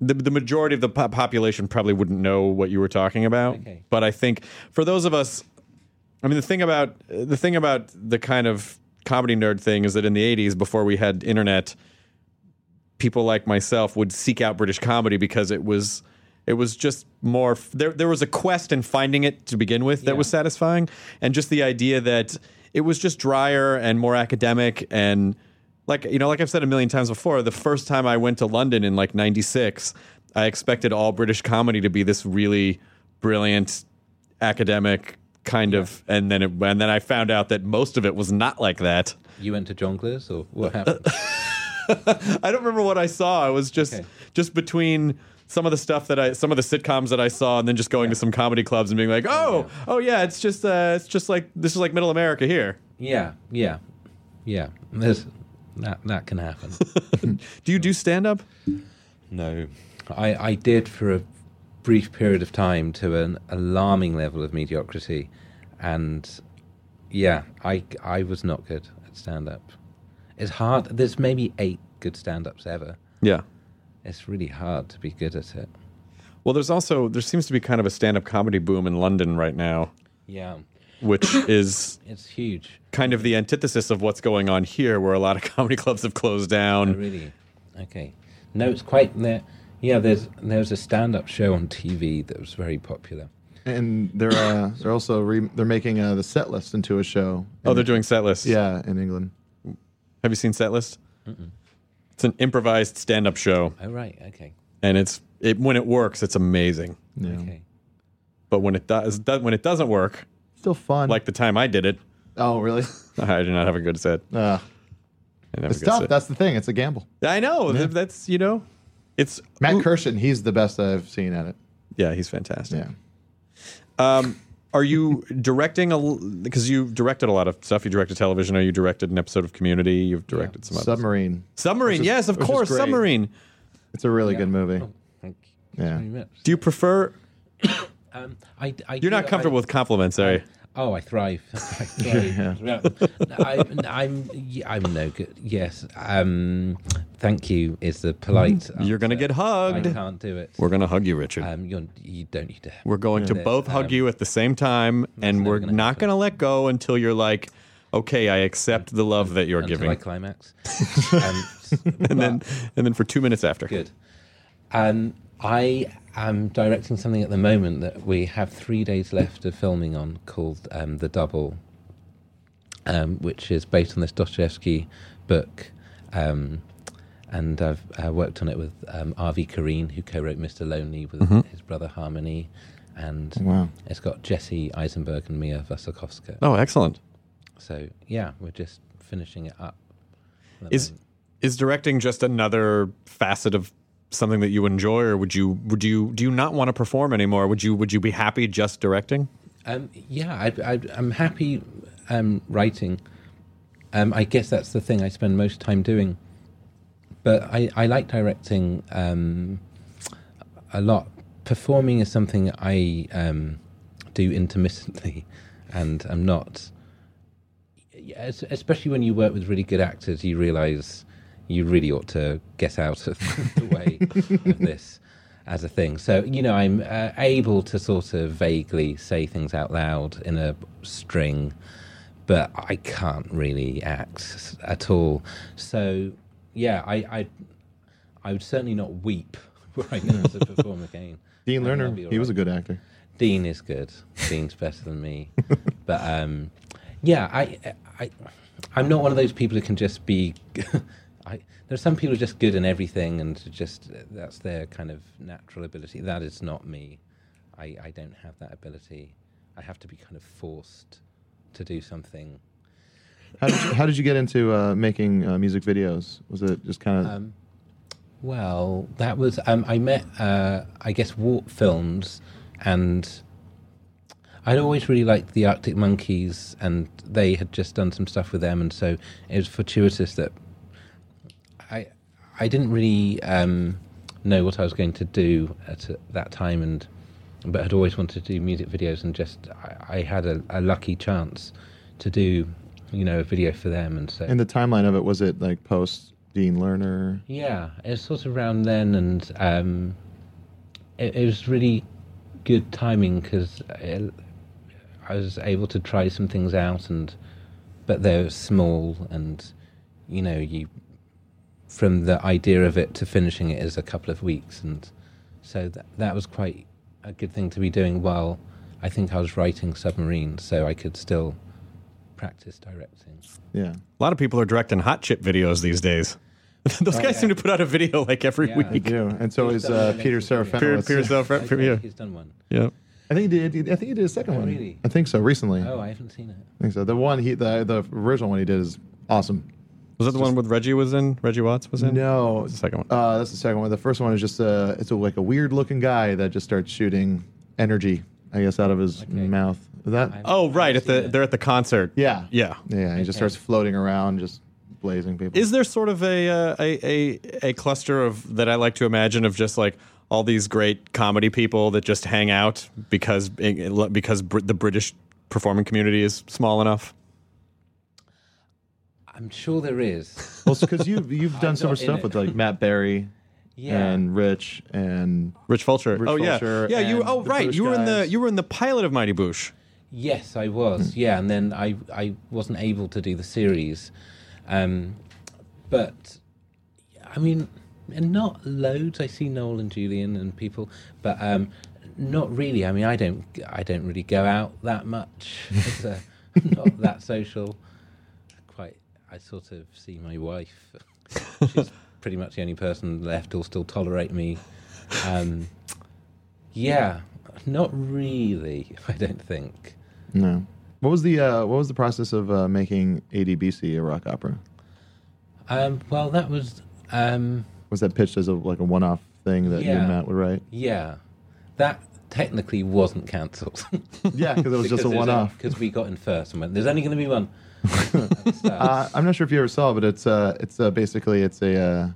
B: the the majority of the po- population probably wouldn't know what you were talking about. But I think for those of us, I mean, the thing about the thing about the kind of comedy nerd thing is that in the '80s, before we had internet, people like myself would seek out British comedy because it was it was just more f- there there was a quest in finding it to begin with that was satisfying and just the idea that it was just drier and more academic and like you know like I've said a million times before the first time I went to London in like 96 I expected all British comedy to be this really brilliant academic kind of and then it, and then I found out that most of it was not like that
G: You went to Jonglers, or what happened?
B: I don't remember what I saw. I was just just between some of the stuff that I some of the sitcoms that I saw and then just going to some comedy clubs and being like, "Oh, oh yeah, it's just uh it's just like this is like middle America here."
G: yeah, yeah, yeah. There's, that that can happen.
B: do you do stand up?
G: No, I I did for a brief period of time to an alarming level of mediocrity, and yeah, I I was not good at stand up. It's hard. There's maybe eight good stand ups ever.
B: Yeah.
G: It's really hard to be good at it.
B: Well, there's also there seems to be kind of a stand-up comedy boom in London right now.
G: Yeah.
B: Which is
G: It's huge.
B: kind of the antithesis of what's going on here, where a lot of comedy clubs have closed down.
G: really? Okay. No, it's quite there. Yeah, there's there was a stand up show on TV that was very popular.
F: And they're uh, they're also re- they're making uh, the set list into a show.
B: Oh, they're doing set lists.
F: Yeah, in England.
B: Have you seen set list? It's an improvised stand-up show,
G: Oh right, okay.
B: and it's it when it works, it's amazing.
G: Okay.
B: But when it does, do- when it doesn't work,
F: still fun.
B: Like the time I did it.
F: Oh, really?
B: I did not have a good set.
F: Uh,
B: I never
F: it's
B: good
F: tough.
B: set.
F: That's the thing. It's a gamble.
B: I know. th- That's you know, it's
F: Matt Kirshen. He's the best I've seen at it.
B: Yeah, he's fantastic.
F: Yeah.
B: Um, are you directing a? Because you've directed a lot of stuff. You directed television. Or you directed an episode of Community. You've directed some others.
F: Submarine.
B: Submarine,
F: Which is-
B: yes, of
F: which is
B: course,
F: great.
B: Submarine.
F: It's a really good movie.
G: Oh, thank
F: you. Yeah.
B: Do Oh, you prefer?
G: Um, I, I
B: You're not
G: do- I-
B: comfortable with compliments, are you?
G: Oh, I thrive. I thrive.
B: Yeah.
G: Yeah. I'm, I'm, yeah, I'm no good. Yes. Um, thank you is the polite.
B: Mm-hmm. You're gonna get hugged.
G: I can't do it.
B: We're gonna hug you, Richard.
G: Um, you're, you don't need to.
B: We're going to
G: There's,
B: both hug
G: um,
B: you at the same time, and we're not going to let go until you're like, "Okay, I accept the love that you're
G: until
B: giving."
G: I climax. Um,
B: and then, and then for two minutes after.
G: Good. Um, I am directing something at the moment that we have three days left of filming on called um, The Double, um, which is based on this Dostoevsky book. Um, and I've uh, worked on it with um, Arvi Kareen, who co wrote Mr. Lonely with
B: Mhm.
G: his brother Harmony. And
B: Wow.
G: it's got Jesse Eisenberg and Mia Wasikowska.
B: Oh, excellent.
G: So, yeah, we're just finishing it up. at the
B: Is is directing just another facet of something that you enjoy, or would you would you do you not want to perform anymore? Would you would you be happy just directing?
G: Um, yeah, I, I, I'm happy um, writing. Um, I guess that's the thing I spend most time doing. But I, I like directing um, a lot. Performing is something I um, do intermittently, and I'm not. yeah, es- Especially when you work with really good actors, you realize you really ought to get out of the way of this as a thing. So, you know, I'm uh, able to sort of vaguely say things out loud in a string, but I can't really act at all. So, yeah, I, I, I would certainly not weep were I now to perform again.
F: Dean
G: I think that'd
F: Lerner.
G: be all
F: He was a
G: right.
F: good actor.
G: Dean is good. Dean's better than me. But um, yeah, I, I, I'm not one of those people who can just be. I, there are some people who are just good in everything and just that's their kind of natural ability. That is not me. I, I don't have that ability. I have to be kind of forced to do something.
F: How did you, how did you get into uh, making uh, music videos? Was it just kind of
G: Um, Well, that was um, I met uh, I guess Warp Films, and I'd always really liked the Arctic Monkeys, and they had just done some stuff with them, and so it was fortuitous that I I didn't really um, know what I was going to do at uh, that time, and but had always wanted to do music videos, and just I, I had a, a lucky chance to do you know a video for them, and so
F: in the timeline of it? Was it like post Dean Lerner?
G: yeah, it was sort of around then, and um, it, it was really good timing because I was able to try some things out, and but they're small, and you know, you from the idea of it to finishing it is a couple of weeks, and so that that was quite a good thing to be doing while I think I was writing Submarine, so I could still practice directing.
F: Yeah.
B: A lot of people are directing hot chip videos these days. Those
G: Oh,
B: guys
G: yeah.
B: seem to put out a video like every
G: Yeah.
B: week.
G: They do,
F: and so He's is, done uh, one, I Peter think, yeah.
B: Peter,
F: Serafinowicz.
B: Peter Serafinowicz.
F: I think
B: yeah.
G: he's done one.
B: Yeah.
F: I think he did. I think he did a second
G: Oh,
F: one.
G: really?
F: I think so. Recently.
G: Oh, I haven't seen it.
F: I think so. The one he the the original one he did is awesome.
B: Was that the one with Reggie was in? Reggie Watts was in?
F: No,
B: That's the second one.
F: Uh, that's the second one. The first one is just uh, it's a, like a weird looking guy that just starts shooting energy, I guess, out of his mouth. Is that?
B: Oh, right. At the, they're at the concert.
F: Yeah.
B: Yeah.
F: Yeah. He just
B: Okay.
F: starts floating around, just blazing people.
B: Is there sort of a, uh, a a a cluster of that I like to imagine of just like eh, all these great comedy people that just hang out because because Br- the British performing community is small enough?
G: I'm sure there is.
F: Well, because you've you've done
G: I'm
F: so
G: not
F: much
G: in
F: stuff
G: it.
F: with like Matt Berry,
G: Yeah.
F: and Rich and
B: Rich Fulcher.
F: Rich
B: oh yeah,
F: Fulcher
B: yeah. You
F: and
B: oh
F: the
B: right,
F: British
B: you were in the
F: guys.
B: you were in the pilot of Mighty Boosh.
G: Yes, I was. Yeah, and then I I wasn't able to do the series, um, but I mean, and not loads. I see Noel and Julian and people, but um, not really. I mean, I don't I don't really go out that much. It's, uh, not that social. Quite. I sort of see my wife. She's pretty much the only person left who'll still tolerate me. Um, yeah, not really. I don't think.
F: no. What was the uh, what was the process of uh, making ADBC a rock opera?
G: Um, well, that was um,
F: Was that pitched as a like a one off thing that you
G: Yeah.
F: and Matt would write?
G: yeah. That technically wasn't cancelled.
F: Yeah, 'cause it was just a one-off.
G: Because we got in first and went, "There's only going to be one."
F: Uh, I'm not sure if you ever saw, but it's uh, it's uh, basically it's a uh,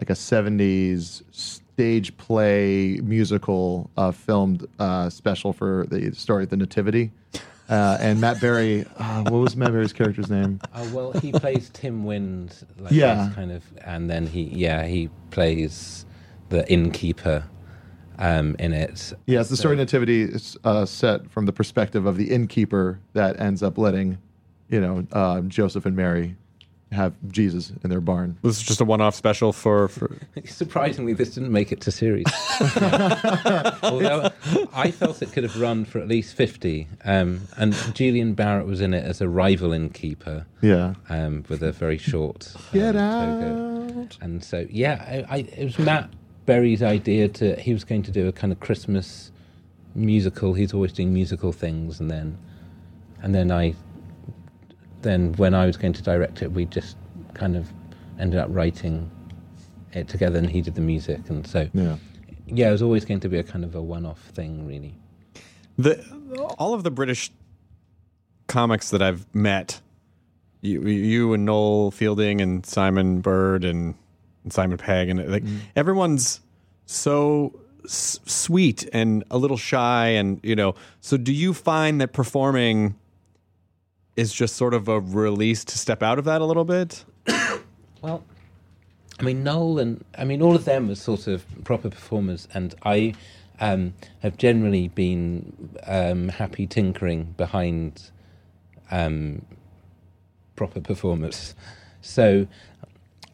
F: like a '70s stage play musical uh, filmed uh, special for the story of the Nativity. Uh, and Matt Berry, uh, what was Matt Berry's character's name?
G: Oh well, he plays Tim Wind, like
F: Yeah.
G: this kind of, and then he, yeah, he plays the innkeeper um, in it.
F: Yeah, it's the story of Nativity it's, uh, set from the perspective of the innkeeper that ends up letting, you know, uh, Joseph and Mary have Jesus in their barn.
B: This is just a one-off special for. for
G: Surprisingly, this didn't make it to series. Although I felt it could have run for at least 50. Um, and Julian Barrett was in it as a rival innkeeper.
F: Yeah.
G: Um, with a very short.
F: Get
G: out. And so, yeah, I, I, it was Matt Berry's idea to, he was going to do a kind of Christmas musical. He's always doing musical things. And then, and then I, then when I was going to direct it, we just kind of ended up writing it together and he did the music. And so,
F: Yeah.
G: yeah, it was always going to be a kind of a one off thing, really.
B: The all of the British comics that I've met, you, you and Noel Fielding and Simon Bird and, and Simon Pegg and like everyone's so s- sweet and a little shy and you know. So do you find that performing is just sort of a release to step out of that a little bit?
G: Well, I mean, Noel and I mean, all of them were sort of proper performers, and I um, have generally been um, happy tinkering behind um, proper performers. So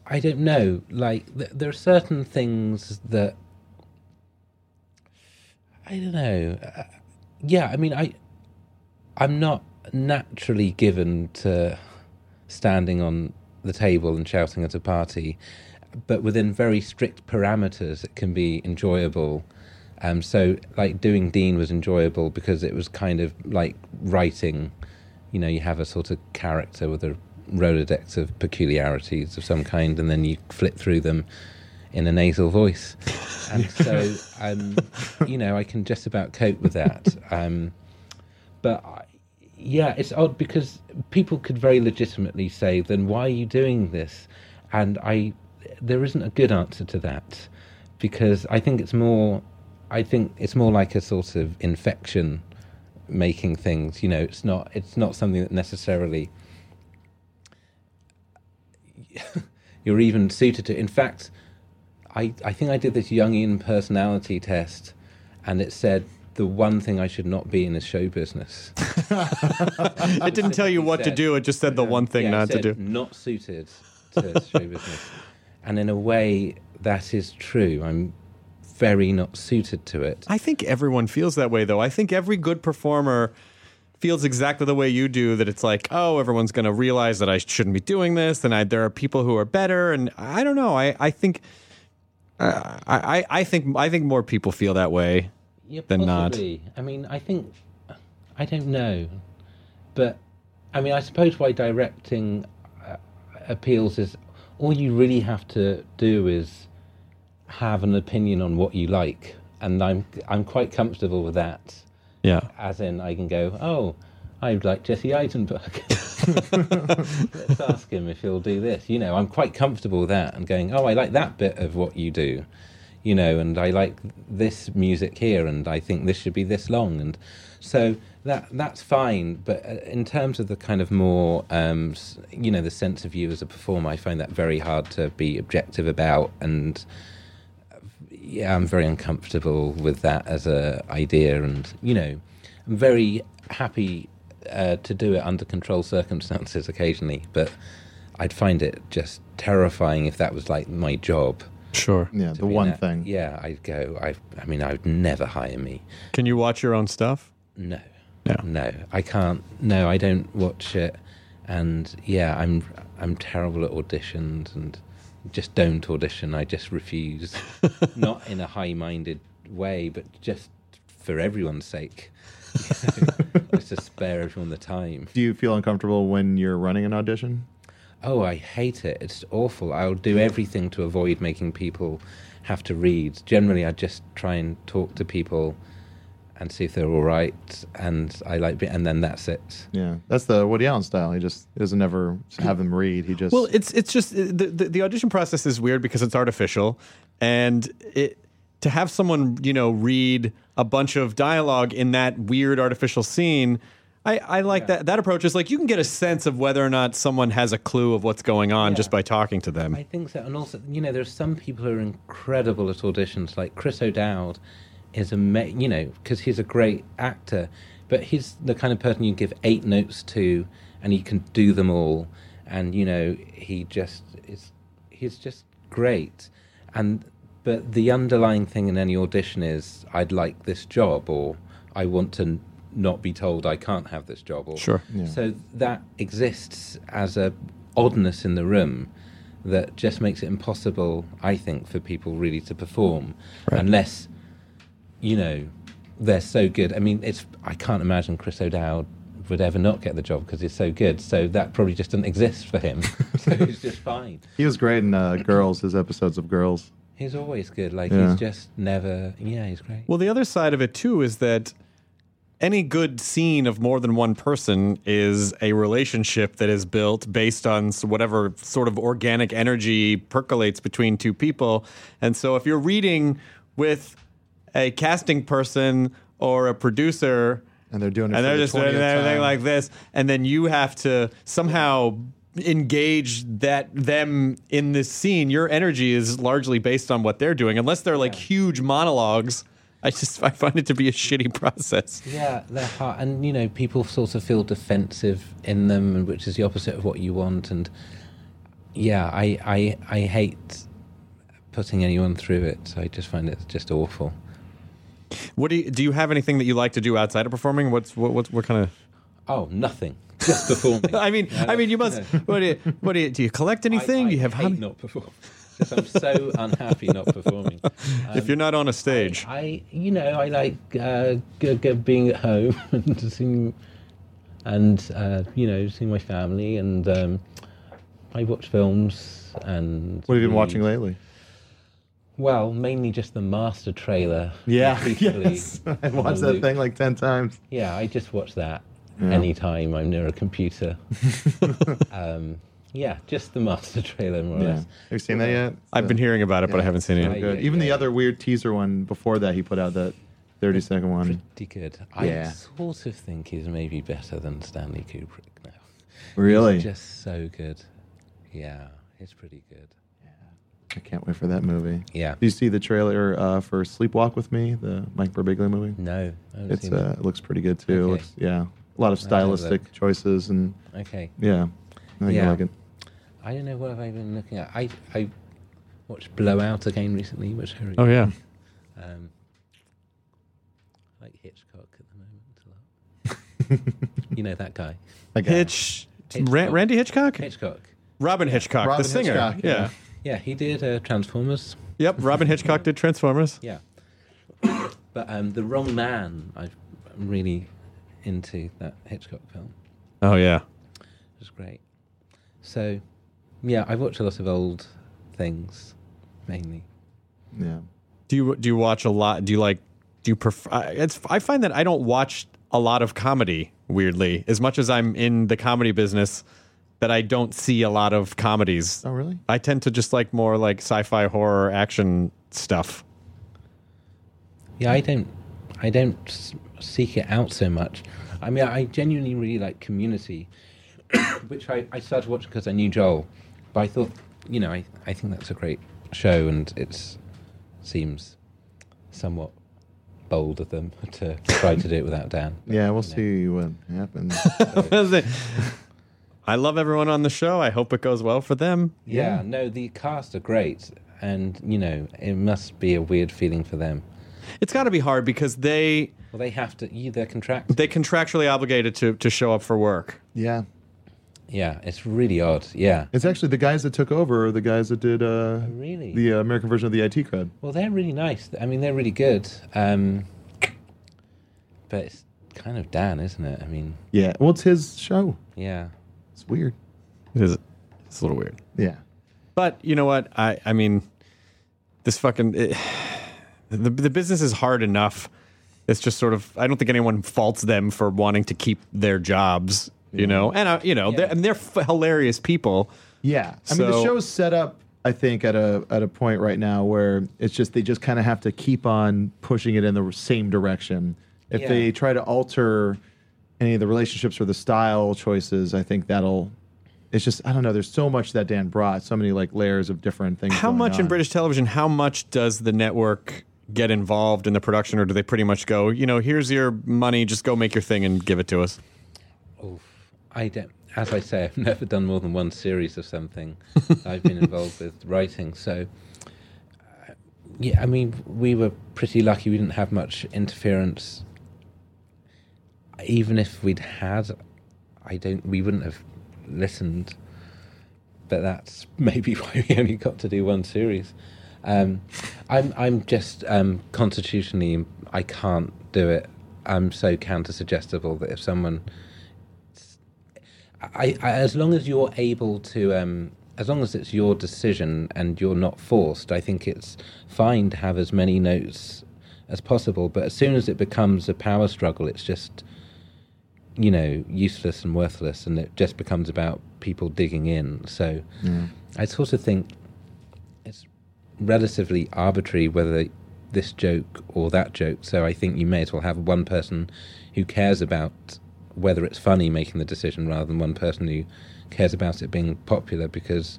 G: I don't know. Like, th- there are certain things that I don't know. Uh, yeah, I mean, I I'm not naturally given to standing on the table and shouting at a party, but within very strict parameters, it can be enjoyable. Um, so, like doing Dean was enjoyable because it was kind of like writing. You know, you have a sort of character with a rolodex of peculiarities of some kind, and then you flip through them in a nasal voice. And so, um, you know, I can just about cope with that. Um, but I, yeah, it's odd because people could very legitimately say, "Then why are you doing this?" And I, there isn't a good answer to that, because I think it's more, I think it's more like a sort of infection, making things. You know, it's not, it's not something that necessarily you're even suited to. In fact, I, I think I did this Jungian personality test, and it said the one thing I should not be in is show business.
B: it didn't tell you what to
G: said-
B: do. It just said the one thing
G: Yeah, it
B: not to
G: said,
B: do.
G: Not suited to show business. And in a way, that is true. I'm very not suited to it.
B: I think everyone feels that way, though. I think every good performer feels exactly the way you do that it's like, oh, everyone's going to realize that I shouldn't be doing this, and I, there are people who are better. And I don't know. I, I think. I, I, I think I think more people feel that way
G: Yeah,
B: than not.
G: possibly. I mean, I think I don't know, but I mean, I suppose why directing uh, appeals is all you really have to do is have an opinion on what you like, and I'm I'm quite comfortable with that.
B: Yeah.
G: As in, I can go, oh, I'd like Jesse Eisenberg. Let's ask him if he'll do this. You know, I'm quite comfortable with that and going, oh, I like that bit of what you do. you know, and I like this music here, and I think this should be this long, and so that that's fine. But uh, in terms of the kind of more, um, s- you know, the sense of you as a performer, I find that very hard to be objective about, and uh, yeah, I'm very uncomfortable with that as a idea, and you know, I'm very happy uh, to do it under controlled circumstances occasionally, but I'd find it just terrifying if that was like my job.
B: Sure.
F: Yeah,
G: the one thing. Yeah, I'd go. I, I mean, I would never hire me.
B: Can you watch your own stuff?
G: No. No. No, I can't. No, I don't watch it. And yeah, I'm I'm terrible at auditions and just don't audition. I just refuse, not in a high-minded way, but just for everyone's sake. just to spare everyone the time.
F: Do you feel uncomfortable when you're running an audition?
G: Oh, I hate it. It's awful. I'll do everything to avoid making people have to read. Generally, I just try and talk to people and see if they're all right, and I like, be- and then that's it.
F: Yeah, that's the Woody Allen style. He just he doesn't ever have them read. He just
B: Well, it's it's just uh, the, the the audition process is weird because it's artificial, and it to have someone you know read a bunch of dialogue in that weird artificial scene. I, I like that that approach is like you can get a sense of whether or not someone has a clue of what's going on just by talking to them.
G: I think so. And also, you know, there's some people who are incredible at auditions. Like Chris O'Dowd is a, ama- you know, because he's a great actor, but he's the kind of person you give eight notes to, and he can do them all. And you know, he just is, he's just great. And but the underlying thing in any audition is, I'd like this job, or I want to n- not be told I can't have this job, or
B: Sure. Yeah.
G: so that exists as a oddness in the room that just makes it impossible, I think, for people really to perform unless you know they're so good. I mean, it's I can't imagine Chris O'Dowd would ever not get the job because he's so good. So that probably just doesn't exist for him. so he's just fine.
F: he was great in uh, Girls, his episodes of Girls.
G: He's always good. Like
F: Yeah.
G: he's just never. Yeah, he's great.
B: Well, the other side of it too is that any good scene of more than one person is a relationship that is built based on s- whatever sort of organic energy percolates between two people. And so if you're reading with a casting person or a producer
F: and they're doing
B: and they're just doing everything like this and then you have to somehow engage that them in this scene your energy is largely based on what they're doing unless they're like huge monologues i just i find it to be a shitty process
G: Yeah, they're hard, and you know, people sort of feel defensive in them, and which is the opposite of what you want. And yeah, I, I, I hate putting anyone through it. I just find it just awful.
B: what do you do you have anything that you like to do outside of performing what's what what, what kind of
G: Oh, nothing. Just performing.
B: i mean
G: Yeah,
B: i mean you must
G: no.
B: what do you what do you do you collect anything do you have um,
G: hate not perform. Just I'm so unhappy not performing.
B: if you're not on a stage
G: I, you know, I like uh, g- g- being at home and seeing, and uh, you know, seeing my family, and um, I watch films. And
F: What have you been
G: read.
F: watching lately?
G: Well, mainly just the master trailer.
F: Yeah,
G: repeatedly
F: yes. I
G: on a
F: watched that
G: loop.
F: thing like ten times.
G: Yeah, I just watch that
F: Yeah.
G: anytime I'm near a computer. um, yeah, just the master trailer, more or
F: Yeah.
G: less.
F: Have you seen that yet?
B: I've been hearing about it, but I haven't seen it
F: so
B: yet.
F: good.
B: Yeah,
F: Even the other weird teaser one before that, he put out that thirty second one.
G: Pretty good. I
F: Yeah.
G: sort of think he's maybe better than Stanley Kubrick now.
F: Really?
G: He's just so good. Yeah, it's pretty good.
F: I can't wait for that movie.
G: Yeah.
F: Do you see the trailer uh, for Sleepwalk with Me, the Mike Birbiglia movie?
G: No, I haven't
F: it's
G: seen
F: uh,
G: it.
F: it looks pretty good too. It
G: Okay.
F: Looks, yeah, a lot of
G: I'll have a
F: stylistic
G: look.
F: choices and
G: Okay.
F: yeah, I think
G: Yeah.
F: I like it.
G: I don't know what have I been looking at. I I watched Blowout again recently, which I really
B: Oh, yeah.
G: Um, I like Hitchcock at the moment a lot. you know that guy.
B: hitch Ra- randy hitchcock
G: Hitchcock.
B: robin hitchcock
G: Robin
B: the singer
G: Hitchcock, yeah.
B: yeah.
G: Yeah, he did uh, Transformers.
B: Yep, Robin Hitchcock did Transformers.
G: Yeah. but um, The Wrong Man, I- I'm really into that Hitchcock film.
B: Oh yeah.
G: It was great. So, yeah, I watch a lot of old things, mainly.
F: Yeah.
B: Do you do you watch a lot? Do you like? Do you prefer? I- It's I find that I don't watch a lot of comedy. Weirdly, as much as I'm in the comedy business, that I don't see a lot of comedies.
F: Oh really?
B: I tend to just like more like sci-fi, horror, action stuff.
G: Yeah, I don't, I don't s- seek it out so much. I mean, I genuinely really like Community, which I, I started watching because I knew Joel, but I thought, you know, I, I think that's a great show, and it seems somewhat bold of them to try to do it without Dan.
F: Yeah, we'll see what happens.
B: I love everyone on the show. I hope it goes well for them.
G: Yeah, no, the cast are great, and you know, it must be a weird feeling for them.
B: It's got to be hard because they
G: well, they have to. You, they're contract.
B: They contractually obligated to to show up for work.
F: Yeah.
G: Yeah, it's really odd. Yeah.
F: It's actually the guys that took over are the guys that did uh,
G: Oh, really?
F: the uh, American version of the IT crowd.
G: Well, they're really nice. I mean, they're really good. Um, but it's kind of Dan, isn't it? I mean,
F: Yeah. Well, it's his show.
G: yeah.
F: It's weird.
B: It is. It's a little weird.
F: Yeah.
B: But you know what? I I mean, this fucking it, the the business is hard enough. It's just sort of I don't think anyone faults them for wanting to keep their jobs. You know, and uh, you know, they're, and they're f- hilarious people.
F: Yeah. I mean, the
B: So-
F: show's set up, I think, at a at a point right now where it's just they just kind of have to keep on pushing it in the same direction. If
H: Yeah.
F: they try to alter any of the relationships or the style choices, I think that'll. It's just I don't know. There's so much that Dan brought, so many like layers of different things.
B: How
F: going
B: much in
F: on.
B: British television? How much does the network get involved in the production, or do they pretty much go, you know, here's your money, just go make your thing and give it to us?
G: I don't. As I say, I've never done more than one series of something that I've been involved with writing. So, uh, yeah, I mean, we were pretty lucky. We didn't have much interference. Even if we'd had, I don't. We wouldn't have listened. But that's maybe why we only got to do one series. Um, I'm I'm just um, constitutionally I can't do it. I'm so counter suggestible that if someone I, I, as long as you're able to, um, as long as it's your decision and you're not forced, I think it's fine to have as many notes as possible. But as soon as it becomes a power struggle, it's just, you know, useless and worthless, and it just becomes about people digging in. So
H: Yeah.
G: I sort of think it's relatively arbitrary whether this joke or that joke. So I think you may as well have one person who cares about whether it's funny making the decision rather than one person who cares about it being popular because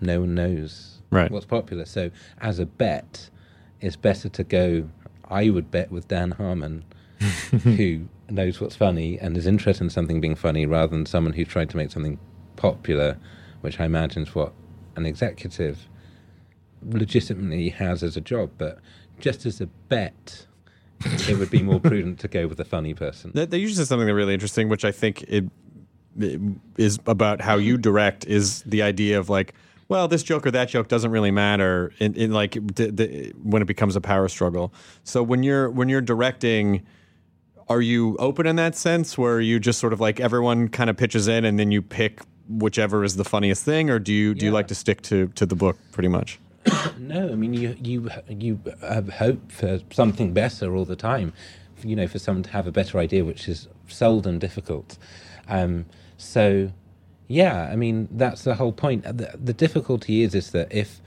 G: no one knows
B: Right.
G: what's popular. So as a bet, it's better to go. I would bet with Dan Harmon, who knows what's funny and is interested in something being funny, rather than someone who tried to make something popular, which I imagine is what an executive legitimately has as a job. But just as a bet, it would be more prudent to go with a funny person.
B: They, they usually say something really interesting, which I think it, it is about how you direct is the idea of like, well, this joke or that joke doesn't really matter in, in like d- d- when it becomes a power struggle. So when you're when you're directing, are you open in that sense where you just sort of like everyone kind of pitches in and then you pick whichever is the funniest thing, or do you do you like to stick to to the book pretty much?
G: No, I mean you you you uh, hope for something better all the time, you know, for someone to have a better idea, which is seldom difficult. Um, so, yeah, I mean that's the whole point. Uh, The, the difficulty is is that if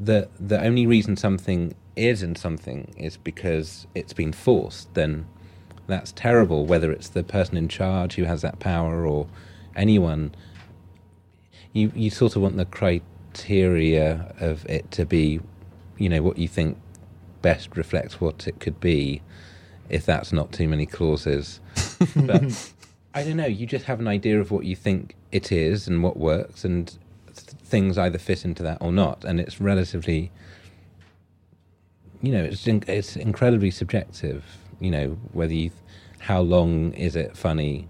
G: the the only reason something isn't something is because it's been forced, then that's terrible. Whether it's the person in charge who has that power or anyone you you sort of want the criteria of it to be, you know, what you think best reflects what it could be, if that's not too many clauses. but I don't know. You just have an idea of what you think it is and what works, and th- things either fit into that or not. And it's relatively, you know, it's in, it's incredibly subjective. You know, whether you, how long is it funny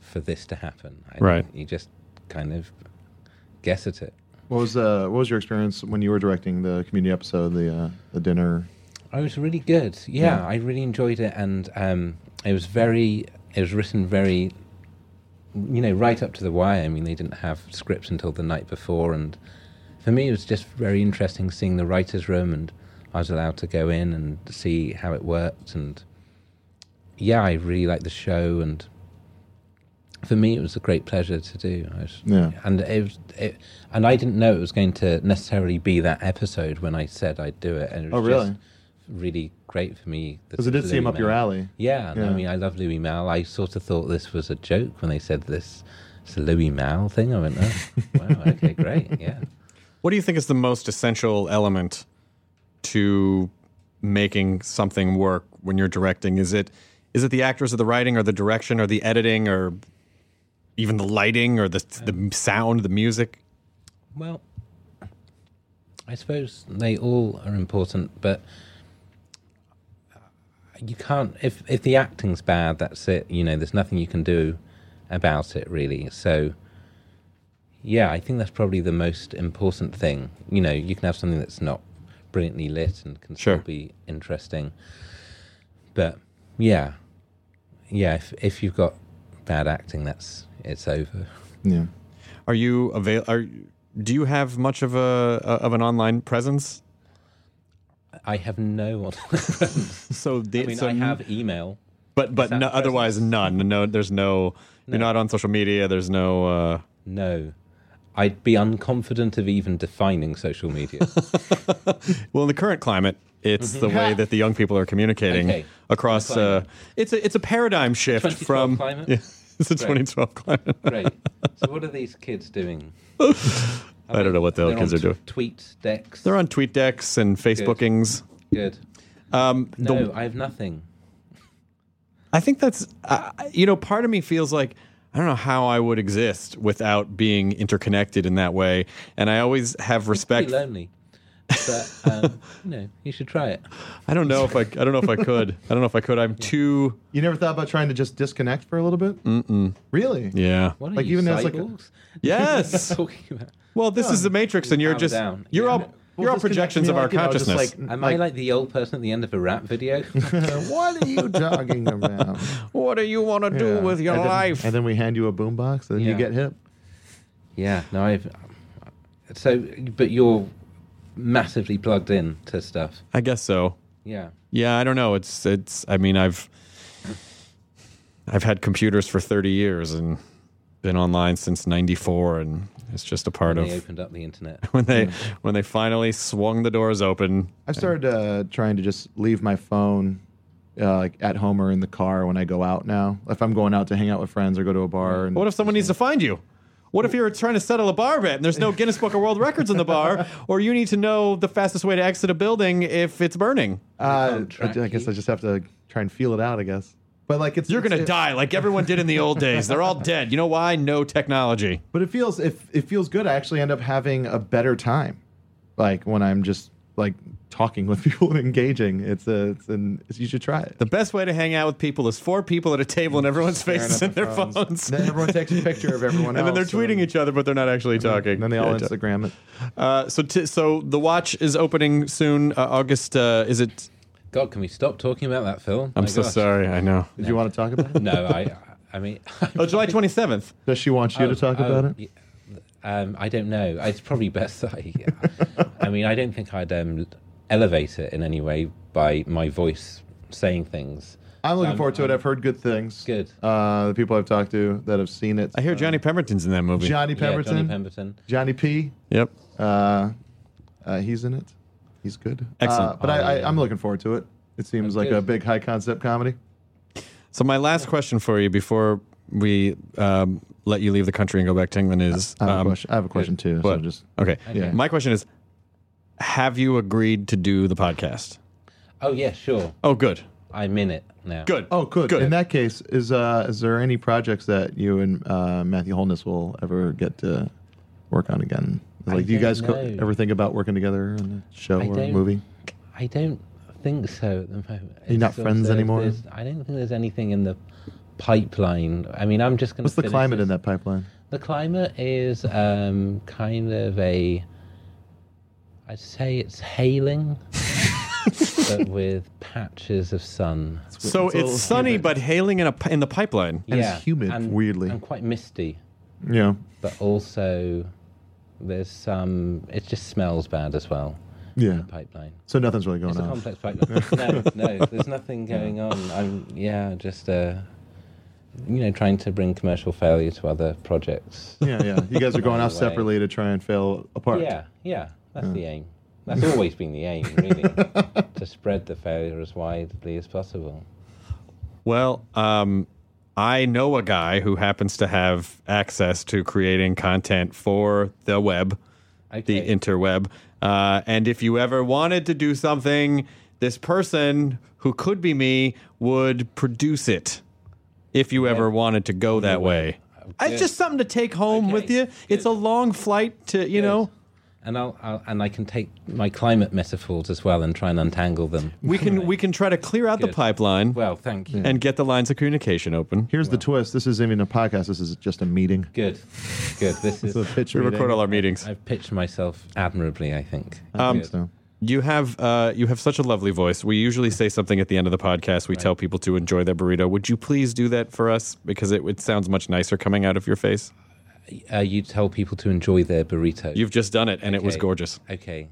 G: for this to happen? I
B: Right.
G: You just kind of guess at it.
F: What was uh, what was your experience when you were directing the community episode, the uh, the dinner?
G: I was really good. Yeah,
F: Yeah.
G: I really enjoyed it, and um, it was very. It was written very, you know, right up to the wire. I mean, they didn't have scripts until the night before, and for me, it was just very interesting seeing the writers' room, and I was allowed to go in and see how it worked, and yeah, I really liked the show, and for me, it was a great pleasure to do. I was,
F: Yeah.
G: and it was, it, and I didn't know it was going to necessarily be that episode when I said I'd do it, and it was
F: Oh, really?
G: just really great for me. that
F: 'Cause it did
G: was
F: seem
G: Louis
F: up your
G: Malle.
F: alley.
G: Yeah,
F: Yeah.
G: I mean, I love Louis Mal. I sort of thought this was a joke when they said this. It's a Louis Mal thing. I went, oh, wow, okay, great, yeah.
B: What do you think is the most essential element to making something work when you're directing? Is it is it the actors or the writing or the direction or the editing or even the lighting or the the sound, the music?
G: Well, I suppose they all are important, but you can't if if the acting's bad, that's it. You know, there's nothing you can do about it really. So yeah, I think that's probably the most important thing. You know, you can have something that's not brilliantly lit and can still be interesting. But yeah. Yeah, if if you've got bad acting, that's it's over.
F: Yeah.
B: Are you avail? Are do you have much of a uh, of an online presence?
G: I have no online presence.
B: so the,
G: I mean,
B: so
G: I have email.
B: But but
G: Is that
B: no,
G: presence?
B: otherwise none. No, there's no, You're not on social media. There's no. Uh...
G: No, I'd be unconfident of even defining social media.
B: well, in the current climate, it's
G: Mhm.
B: the way that the young people are communicating
G: Okay.
B: across.
G: The climate.
B: Uh, it's a it's a paradigm shift
G: 2012
B: from.
G: climate?
B: Yeah, it's a
G: Great.
B: 2012 climate.
G: Great. So what are these kids doing?
B: I don't know what the
G: They're
B: kids
G: on
B: are doing.
G: t- Tweet decks.
B: They're on tweet decks and Facebookings.
G: Good.
B: Um, the-
G: No, I have nothing.
B: I think that's, uh, you know, part of me feels like I don't know how I would exist without being interconnected in that way. And I always have
G: Pretty
B: respect.
G: lonely. But um, you know, you should try it.
B: I don't know if I, I don't know if I could. I don't know if I could. I'm too.
F: You never thought about trying to just disconnect for a little bit?
B: Mm-mm.
F: Really?
B: Yeah.
G: What are
F: Like,
G: you
F: even as, like,
G: cyborgs?
B: Yes.
G: Talking about.
B: Well, this is the Matrix, and you're
G: Power
B: just
G: down.
B: you're all you're all
G: just connect
B: projections
G: me
B: of our
G: like, you know, just
B: consciousness.
G: like- Am I like the old person at the end of a rap video?
F: what are you talking about?
B: what do you want to
G: do with your
F: and then,
G: life?
F: And then we hand you a boombox, and then you
G: Yeah.
F: get hip.
G: Yeah, no, I've. So, but you're massively plugged in to stuff.
B: I guess so.
G: Yeah.
B: Yeah, I don't know. It's it's. I mean, I've I've had computers for thirty years and been online since '94, and it's just a part
G: When they
B: of
G: opened up the internet.
B: when they when they finally swung the doors open.
F: I've started uh, trying to just leave my phone uh, like at home or in the car when I go out now. If I'm going out to hang out with friends or go to a bar. And
B: What if someone needs to find you? What if you're trying to settle a bar bet and there's no Guinness Book of World Records in the bar, or you need to know the fastest way to exit a building if it's burning?
F: uh, I, I guess I just have to try and feel it out. I guess. But like it's
B: You're
F: it's-
B: gonna
F: it-
B: die like everyone did in the old days. They're all dead. You know why? No technology.
F: But it feels if it feels good. I actually end up having a better time, like when I'm just like talking with people and engaging. It's a it's an you should try it.
B: The best way to hang out with people is four people at a table and everyone's
F: Staring
B: faces
F: at
B: in their
F: their
B: phones.
F: phones. Then everyone takes a picture of everyone
B: and then they're
F: else, and
B: tweeting each other, but they're not actually talking.
F: then they all Instagram it.
B: Uh, so, t- so the watch is opening soon. Uh, August uh, is it?
G: God, can we stop talking about that film?
B: I'm
G: My
B: so
G: gosh.
B: sorry. I know.
F: Did you want to talk about it?
G: No, I. I mean,
B: Oh, July 27th.
F: Does she want you
G: Oh,
F: to talk
G: oh,
F: about it?
G: y- Um, I don't know. It's probably best that I. I mean, I don't think I'd um, elevate it in any way by my voice saying things.
F: I'm looking
G: Um,
F: forward to it. I've heard good things.
G: Good.
F: Uh, the people I've talked to that have seen it. Uh,
B: I hear Johnny Pemberton's in that movie.
F: Johnny Pemberton.
G: Johnny Pemberton.
F: Johnny P.
B: Yep.
F: Uh, uh, he's in it. He's good.
B: Excellent.
F: Uh, but I, I, I'm looking forward to it. It seems like a big high concept comedy.
B: So my last question for you before we um, let you leave the country and go back to England is
F: I have a
B: um,
F: question- I have a question too, so
B: but-
F: just-
B: okay.
F: Okay.
B: My question is: Have you agreed to do the podcast?
G: Oh yeah, sure.
B: Oh, good.
G: I'm in it now.
B: Good.
F: Oh, good.
B: Good.
F: In that case, is uh, is there any projects that you and uh, Matthew Holness will ever get to work on again?
G: I
F: Like, do you
G: don't
F: guys co-
G: know.
F: ever think about working together on a show
G: I
F: or a
G: don't-
F: movie?
G: I don't think so at the moment.
F: You're not
G: It's sort of-
F: friends
G: there's-
F: anymore?
G: there's- I don't think there's anything in the pipeline. I mean, I'm just going to.
F: What's the climate in that pipeline?
G: The climate is um, kind of a. I'd say it's hailing, but with patches of sun.
B: So it's sunny but hailing in a p- in the pipeline.
G: Yeah, and- and quite misty,
F: Yeah.
G: but also there's some. It just smells bad as well.
F: Yeah.
G: In the pipeline.
F: So nothing's really going
G: it's
F: on.
G: a complex pipeline. no, no, there's nothing going on. I'm yeah, just uh, you know, trying to bring commercial failure to other projects.
F: Yeah, yeah. You guys are going
G: along
F: out
G: the way.
F: separately to try and fail apart.
G: Yeah, yeah, that's the aim. That's always been the aim, really, to spread the failure as widely as possible.
B: Well, um, I know a guy who happens to have access to creating content for the web, the interweb. Uh, and if you ever wanted to do something, this person who could be me would produce it. If you ever wanted to go that way, it's just something to take home with you. It's a long flight to you know.
G: And I'll, I'll and I can take my climate metaphors as well and try and untangle them.
B: We can we can try to clear out the
G: Good.
B: pipeline.
G: Well, thank you.
B: And get the lines of communication open.
I: Here's the twist. This isn't even a podcast. This is just a meeting.
G: Good, good. This is
I: a pitch meeting.
B: meetings.
G: I've pitched myself admirably, I think.
B: Um,
G: Good.
B: You have uh, you have such a lovely voice. We usually say something at the end of the podcast. We tell people to enjoy their burrito. Would you please do that for us? Because it, it sounds much nicer coming out of your face.
G: Uh, you tell people to enjoy their burrito.
B: You've just done it, and it was
G: Okay.
B: gorgeous.
G: Okay.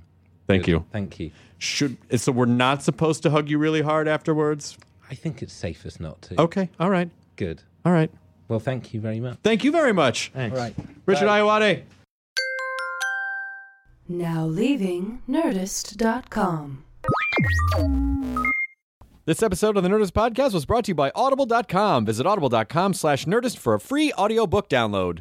B: Thank
G: Good.
B: you.
G: Thank you.
B: Should so we're not supposed to hug you really hard afterwards.
G: I think it's safest not to.
B: Okay. All right.
G: Good.
B: All right.
G: Well, thank you very much.
B: Thank you very much.
G: Thanks. All right.
B: Richard Iowade.
E: Now leaving Nerdist.com.
J: This episode of the Nerdist Podcast was brought to you by Audible.com. Visit audible.com slash nerdist for a free audiobook download.